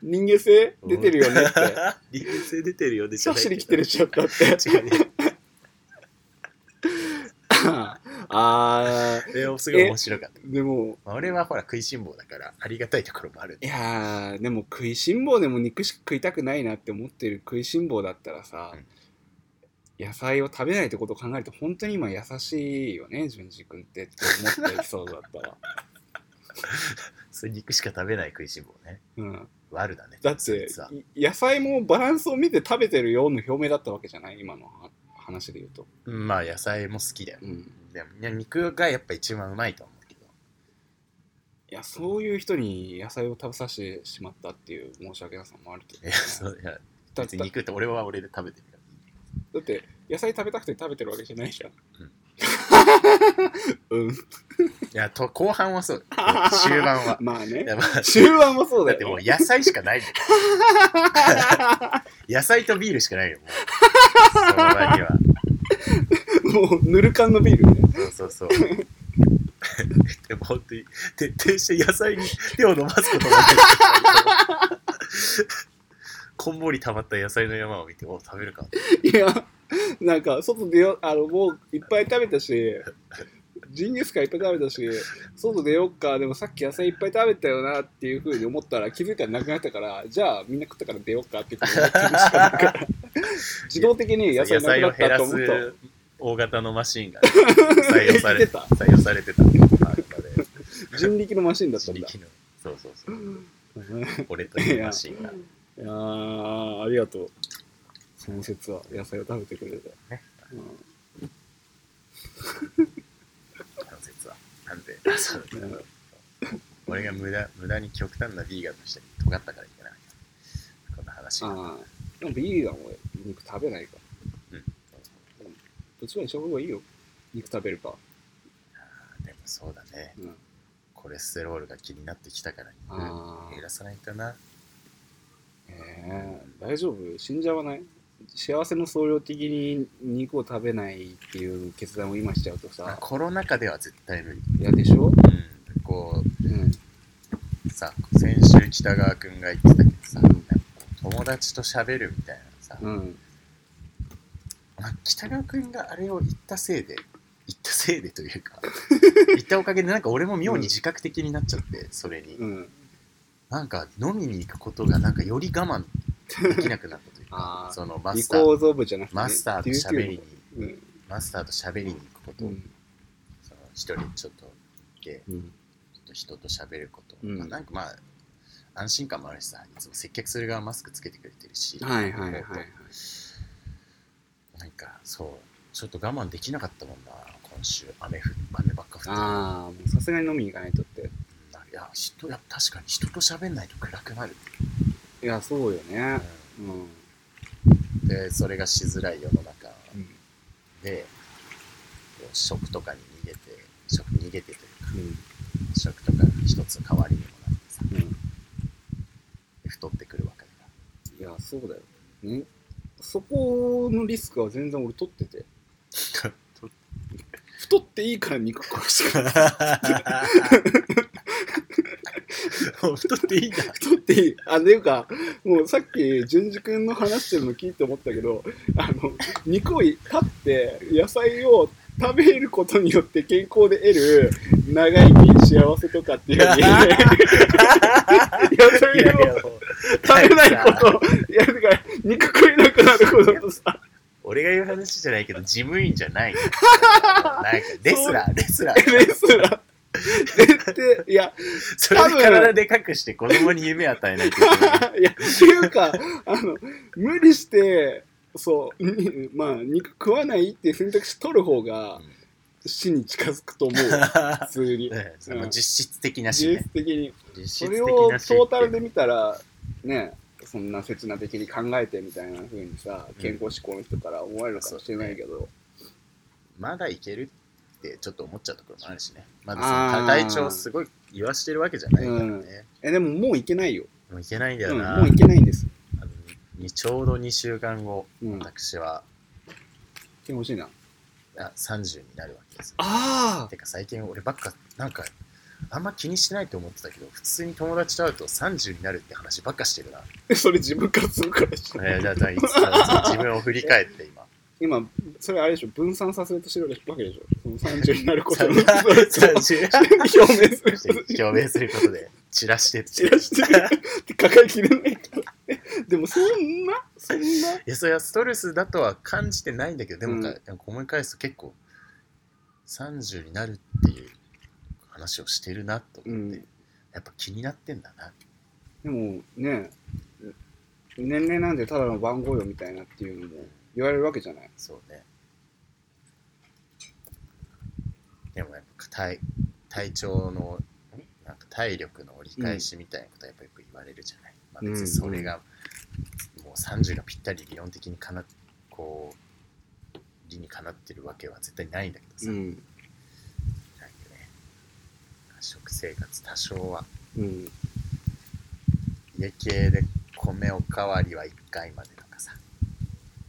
人間性出てるよねって。
*laughs* 人間性出てるよね
シャッシリ来てるしちゃったって。
違うね
あー、
でもすごい面白かった
でも、
まあ俺はほら食いしん坊だからありがたいところもある
いやーでも食いしん坊でも肉しか食いたくないなって思ってる食いしん坊だったらさ、
うん
野菜を食べないってことを考えると本当に今優しいよね淳二君ってって思ったエピソードだっ
*laughs*
たわ、
それ肉しか食べない食いしん坊ね
うん、
悪だね
だっ
そ
て
いつはい
野菜もバランスを見て食べてるようの表明だったわけじゃない今のは話で言うと、
うんまあ野菜も好きだよ
うん、
でもいや肉がやっぱ一番うまいと思うけど
いやそういう人に野菜を食べさせてしまったっていう申し訳なさもあるけど
いやそういや
だっ
別
て
に肉って俺は俺で食べてるから
だって野菜食べたくて食べてるわけじゃないじゃん
うん
*laughs* うん、
いやと後半はそう *laughs* 終盤は
まあね
いやまあ
終盤もそう
だ
だ
っても
よ
う。野菜しかないじ *laughs* ゃん野菜とビールしかない *laughs* よもうその場には
もう、ぬる缶のビールね。
そうそう *laughs* そうでも本当に徹底して野菜に手を伸ばすことがない *laughs* こんもり溜まった野菜の山を見てお食べるか
いや、なんか、外出よう、あの、もういっぱい食べたし、ジンギスカンいっぱい食べたし、外出よっか、でもさっき野菜いっぱい食べたよなっていうふうに思ったら、気づいたらなくなったから、じゃあみんな食ったから出ようかって言って、
*laughs*
自動的に野
野
菜なく
菜
な
を
っ
減
た
ら
と思うと、
す *laughs* 大型のマシンがね、採用され
生きてた
採用されてた。あれ
人力のマシンだったんだ
自。力のそうそうそう
うん *laughs* い
俺というマシンが
やー、ありがとう。その節は野菜を食べてくれて。
ね
うん
関節はなんでそう
いや
俺が無駄無駄に極端なヴィーガンとして尖ったからいけないこんな話が
あーでもビーガンは肉食べないから。どっちかにした方がいいよ。肉食べるか。
あーでもそうだね
うん、
コレステロールが気になってきたから
あ
減らさないとな
えー、大丈夫死んじゃわない幸せの総量的に肉を食べないっていう決断を今しちゃうと
まあ
さ、
コロナ禍では絶対無理、
嫌でしょ、
うん、こ
うん、
うさ先週北川君が言ってたけどさなんかこう友達と喋るみたいなさ、
うん。
まあ、北川君があれを言ったせい
*laughs*
で言ったせいでというか言ったおかげでなんか俺も妙に自覚的になっちゃってそれに、
うん。
なんか飲みに行くことがなんかより我慢できなくなったというか
あー
そのマ
リ
スター
コーゾブじゃなくて、
マスターと喋りに
19の。
マスターと喋りに行くこと、
うん。うん
その一人ちょっと行って
うん。
ちょっと人と喋ること、
うん
まあ、なんかまあ安心感もあるしさいつも接客する側はマスクつけてくれてるし、
はいはいはいはい。
なんかそうちょっと我慢できなかったもんな今週雨降雨ばっか降って
ああ、もうさすがに飲みに行かないとって。
いや人や確かに人と喋んないと暗くなる、
いや、そうよね。うん。
でそれがしづらい世の中
うん。
でこう食とかに逃げて食逃げてというか
うん。
食とか一つ代わりにもなってさ
うん、
で太ってくるわけだか
いや、そうだよ。ね。そこのリスクは全然俺取ってて。
ら
太っていいから肉食うしかない。
*laughs* 太って *laughs* いいんだ
太っていい。あ、っていうか、もうさっき、淳二君の話してるの聞いて思ったけど、あの、肉を立って、野菜を食べることによって健康で得る、長生き、幸せとかっていうより、野
いやい
菜
や
を
もう
食べないこと、いや、だから、肉食えなくなることとさ、
俺が言う話じゃないけど事務員じゃ *laughs* ないなんかレスラーレスラー
レスラー、って、いや、
それで体でかくして子供に夢与えないといけない
いや、っていうか、あの、無理して、そう、 *laughs* にまあ、肉食わないっていう選択肢取る方が、死に近づくと思
*laughs*
う。普通に。
ねその実質的なし
実
ね
質的に。
実質
そ
的
れをト
なし
ータルで見たら、ね、そんな刹那的に考えてみたいな風にさ、健康志向の人から思われるかもしれないけど、
まだいけるってちょっと思っちゃうところもあるしねまだ
あ
そ
ー
の体調すごい言わしてるわけじゃないからね、
え、でももういけないよ。
もういけないんだ
う
よ
ん、
な、
もういけないんです。
あのにちょうど2週間後
うん、来
私は
てほしいな。
あ30になるわけですよ
あ
てか最近俺ばっかなんかあんま気にしてないと思ってたけど普通に友達と会うと30になるって話ばっかしてるな、
あ *laughs* それ自分からするからし
えーじゃあじゃあい *laughs* つか自分を振り返って今 *laughs*
今、それあれでしょ、分散させようとしてるわけでしょ。その30になることに
30
表明することに
表明することで散らしてって
散らしてるって抱えきれないから。でもそんな、そんな。
いやそれはストレスだとは感じてないんだけどでも,、
うん
でも思い返すと結構30になるっていう話をしてるなと
う
思っ
ん
て、やっぱ気になってんだな
でもね、年齢なんでただの番号よみたいなっていうのも言われるわけじゃない。
そうねでもやっぱ体体調のんなんか体力の折り返しみたいなことはやっぱよく言われるじゃない、まあ、別にそれが、もう30がぴったり理論的にかなこう理にかなってるわけは絶対ないんだけどさ、
ん。
なんかね、食生活多少は、
うん。
家系で米おかわりは1回までとかさ、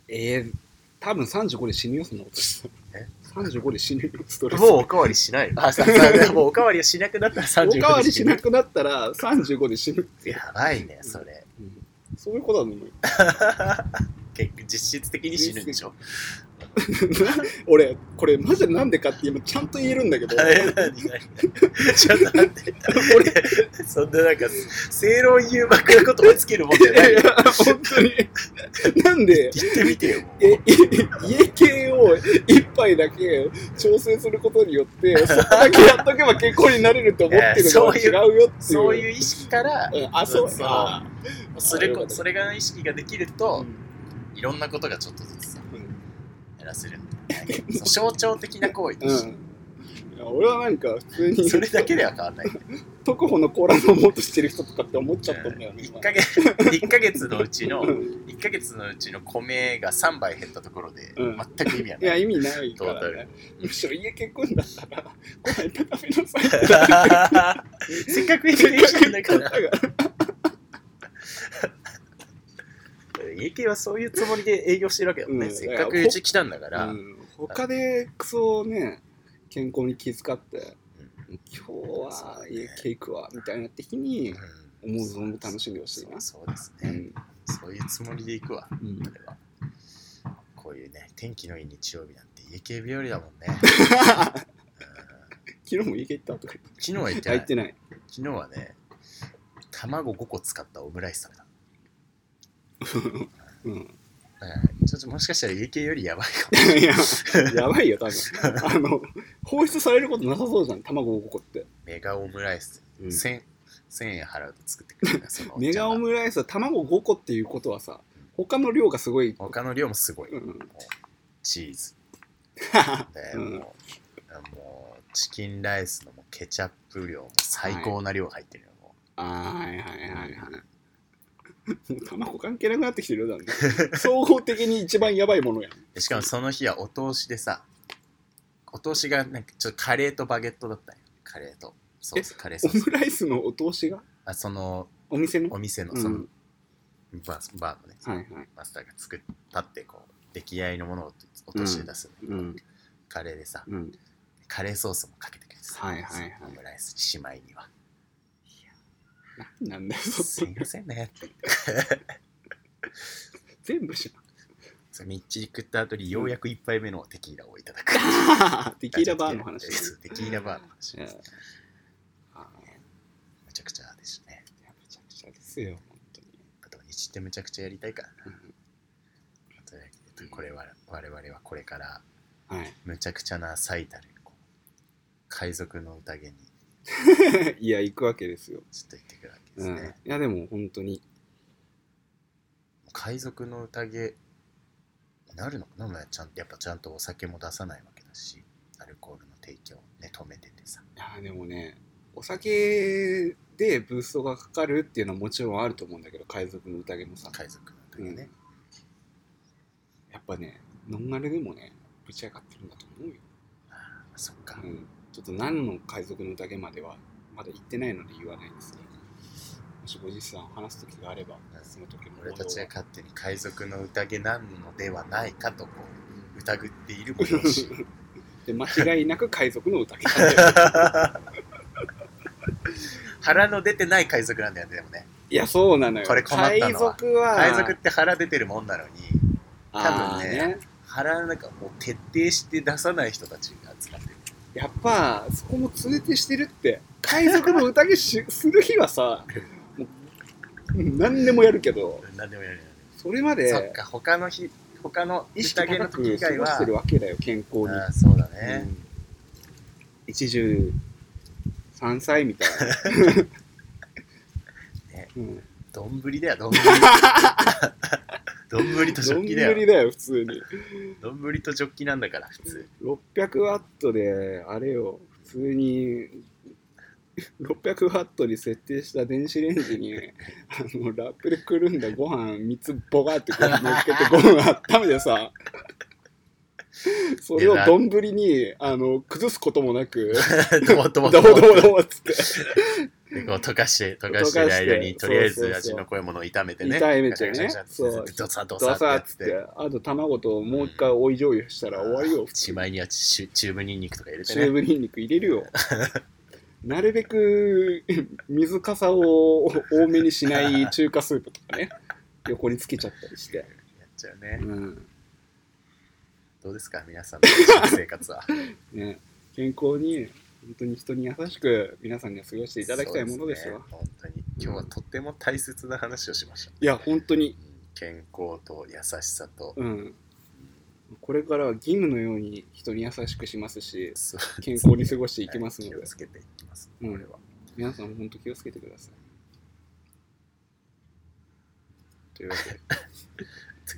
ええ多分35で死ぬよ、そんなことしたら
え
?35 で死ぬよ、ストレス。
もうおかわりしないあ、ささもうおかわりをしなくなったら35
おかわりしな
く
くなったら35で死ぬって。
やばいね、それ。 *laughs*
うんそういうことだと思うよ。
結局実質的に死ぬんでしょ。
*laughs* 俺これマジでなんでかって今ちゃんと言えるんだけど
あれ何何何 *laughs* ちょっと待って。俺、そんななんか、正論誘惑なことをつけるもんじゃ
い
な
やい
い
や
よ。
本当になんで
言ってみてよ。もう
えい家系を一杯だけ調整することに
*laughs*
よってそこだけやっとけば結婚になれると思ってるのは違うよっていう
そういう意識から、
うんあそう
そう
あ
それ
よかっ
こ
た
それが意識ができる
う
と、
ん
いろんなことがちょっとずつさ
うん
減らせるんだよね。そう象徴的な行為として、
いや俺はなんか普通に
それだけでは変わらない。
特保のコーラ飲もうとしてる人とかって思 *laughs* っちゃったんだよね
1ヶ月 ,1 ヶ月のうちの
今うん
1ヶ月のうちの米が3杯減ったところで、
うん
全く意味はいな
や
い。
意味ないか
トータ
ら、
ル
ね、むしろ家結婚だったらご飯いっぱい食べ
*laughs*
なさいって
せっかく経験してんだか
言っ
ら
た。から
*laughs* 家系はそういうつもりで営業してるわけだもんね、
うん
せっかくうち来たんだから、
うん、他でクソね健康に気遣って、今日は家ケークはみたいな時に
う
思う存分楽しんでほしい
そ
な
う、そうです
う
ね、
ん
そういうつもりで行くわ
うん
俺はこういうね天気のいい日曜日なんて家系日和だもんね、
昨
うん
日も家行ったとか言っ
昨
て
日は行って
あ
ない
行ってない
昨日はね卵5個使ったオムライス食べた、
うん
うん、ちょっともしかしたら家系よりやばいかも
いややばいよ多 *laughs* 分あの放出されることなさそうじゃん卵5個って、
メガオムライス、
うん
千1000円払うと作ってくれるからそのおっちゃん
メガ
が
オムライスは卵5個っていうことはさ他の量がすごい、
他の量もすごい、
う、
もうんチーズで、
うん
もうもうチキンライスのもうケチャップ量も最高な量入ってるよ、も
あーはいはいはいはい *laughs* もう卵関係なくなってきてるよだね総合的に一番やばいもの *laughs* やん
うでしかもその日はお通しでさお通しがなんかちょっとカレーとバゲットだったよカレーとソースカレーソ
オ
ース
ムライスのお通しが
あその
お店の
お店の
うん
その、バーバーのね
はいはい。
マスターが作ったってこう出来合いのものをお通しで出す、
うん。
カレーでさ
うん。
カレーソースもかけてくれてさ、
はいはいはい
オムライスしまいには
なんだよ、
す
そっ
いませんね *laughs* って
全部じ
それみっちり食った後にようやく一杯目のテキーラをいただく
ゃん。テキーラバーの話です。
テキーラバーの話
いや
です。
あーい
めちゃくちゃですね。
やめちゃくちゃですよ、本当に。
土日ってめちゃくちゃやりたいからな。
うん
というわけでこれは我々はこれから
はい。
むちゃくちゃな最たるこう海賊の宴に
*laughs* いや、行くわけですよ。
ずっと行ってくるわけで
う
す
ん。
ね。
いや、でも本当に。
海賊の宴になるのかなまあちゃんとやっぱちゃんとお酒も出さないわけだし、アルコールの提供をね、止めててさ。
いや、でもね、お酒でブーストがかかるっていうのはもちろんあると思うんだけど、海賊の宴もさ。
海賊の宴ね。
やっぱね、ノンアルでもね、ぶち上がってるんだと思うよ。
ああそっか
う。ん、ちょっと何の海賊の宴まではまだ行ってないので言わないですね。もしご実さん話す時があれば、その時の
俺
模
たち
様
が
は
勝手に海賊の宴なのではないかとこう疑っているもよし
で間違いなく海賊の宴だ
*laughs* 腹の出てない海賊なんだよねでもね
いや、そうなのよ。
これ困ったのは
海賊は、
海賊って腹出てるもんなのに
あー
多分ね腹なんかもう徹底して出さない人たちが集まってる
やっぱ、そこも通底してるって、海賊の宴しする日はさ、
*laughs*
もううん何でもやるけど、
何でもやるよね、
それま
そっ
で
か他の日他の
意識
宴
高
の時
く
以
過
外
ごし
は
てるわけだよ、健康に。
ああそうだね、
うん一汁三歳みたいな
*laughs* ね。
うん
丼だよ丼
*laughs*
丼とジョ
丼
ッキだよ
だよ、普通に。
丼とジョッキなんだから普通 *laughs*
600ワットで、あれよ、普通に、600ワットに設定した電子レンジに、あの、ラップでくるんだご飯3つボガってこう乗っけてご飯温めてさ、それを丼に、あの、崩すこともなく、
ど *laughs* もど
ド
も
ボ *laughs*
ど
ド
も
ボドボっつって。
でこう溶かして溶かしてる間にとりあえず味の濃いものを炒めてね
炒めてね
そうドサドサ
ド
って
サ
や
っ
っ
つってて、あと卵ともう一回追い醤油したら終わりよ。
しまいにはチュチューブニンニクとか入れて
チュー
ね
ブニンニク入れ
*laughs*
るよ。なるべく *laughs* 水かさを多めにしない中華スープとかね、横につけちゃったりして。
やっちゃうね、
うん
どうですか皆
*laughs*
さんの生活は
ね、健康に本当に人に優しく皆さんには過ごしていただきたいものですよ。
そうね本当に今日はとっても大切な話をしました、
いや本当に、
うん健康と優しさと、
うん、これからは義務のように人に優しくしますし
そう
*laughs* 健康に過ごしていきますので
はい気をつけていきます、
うん
これは
皆さん本当気をつけてください。というわけで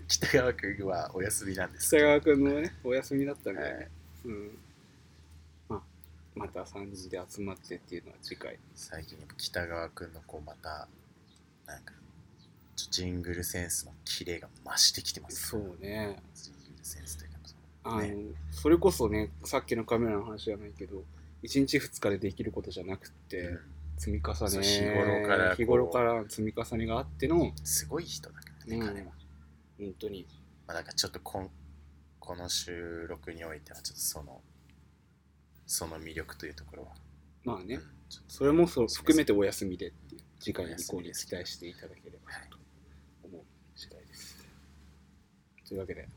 北川君はお休みなんです
北川君のねお休みだったんで、
はい
うんまあ、また3時で集まってっていうのは次回。
最近やっぱ北川君のこうまたなんかちょっとジングルセンスのキレが増してきてます
そうね
ジングルセンスというかその
あの、
ね
それこそねさっきのカメラの話じゃないけど1日2日でできることじゃなくって、積み重
そう
ね
日頃からこう
日頃から積み重ねがあっての
すごい人だからね、
うん
彼は、
本当に
まあ、なんかちょっとこんこの収録においてはちょっとそのその魅力というところは、
まあ
う
ね
んちょっと
それもそう含めてお休みでっていう次回以
お
降
休み
に
です
期待していただければなと思う次第です、というわけで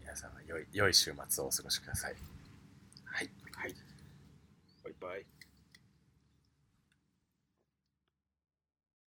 皆さんは良い良い週末をお過ごしくださいはい
はいバイバイ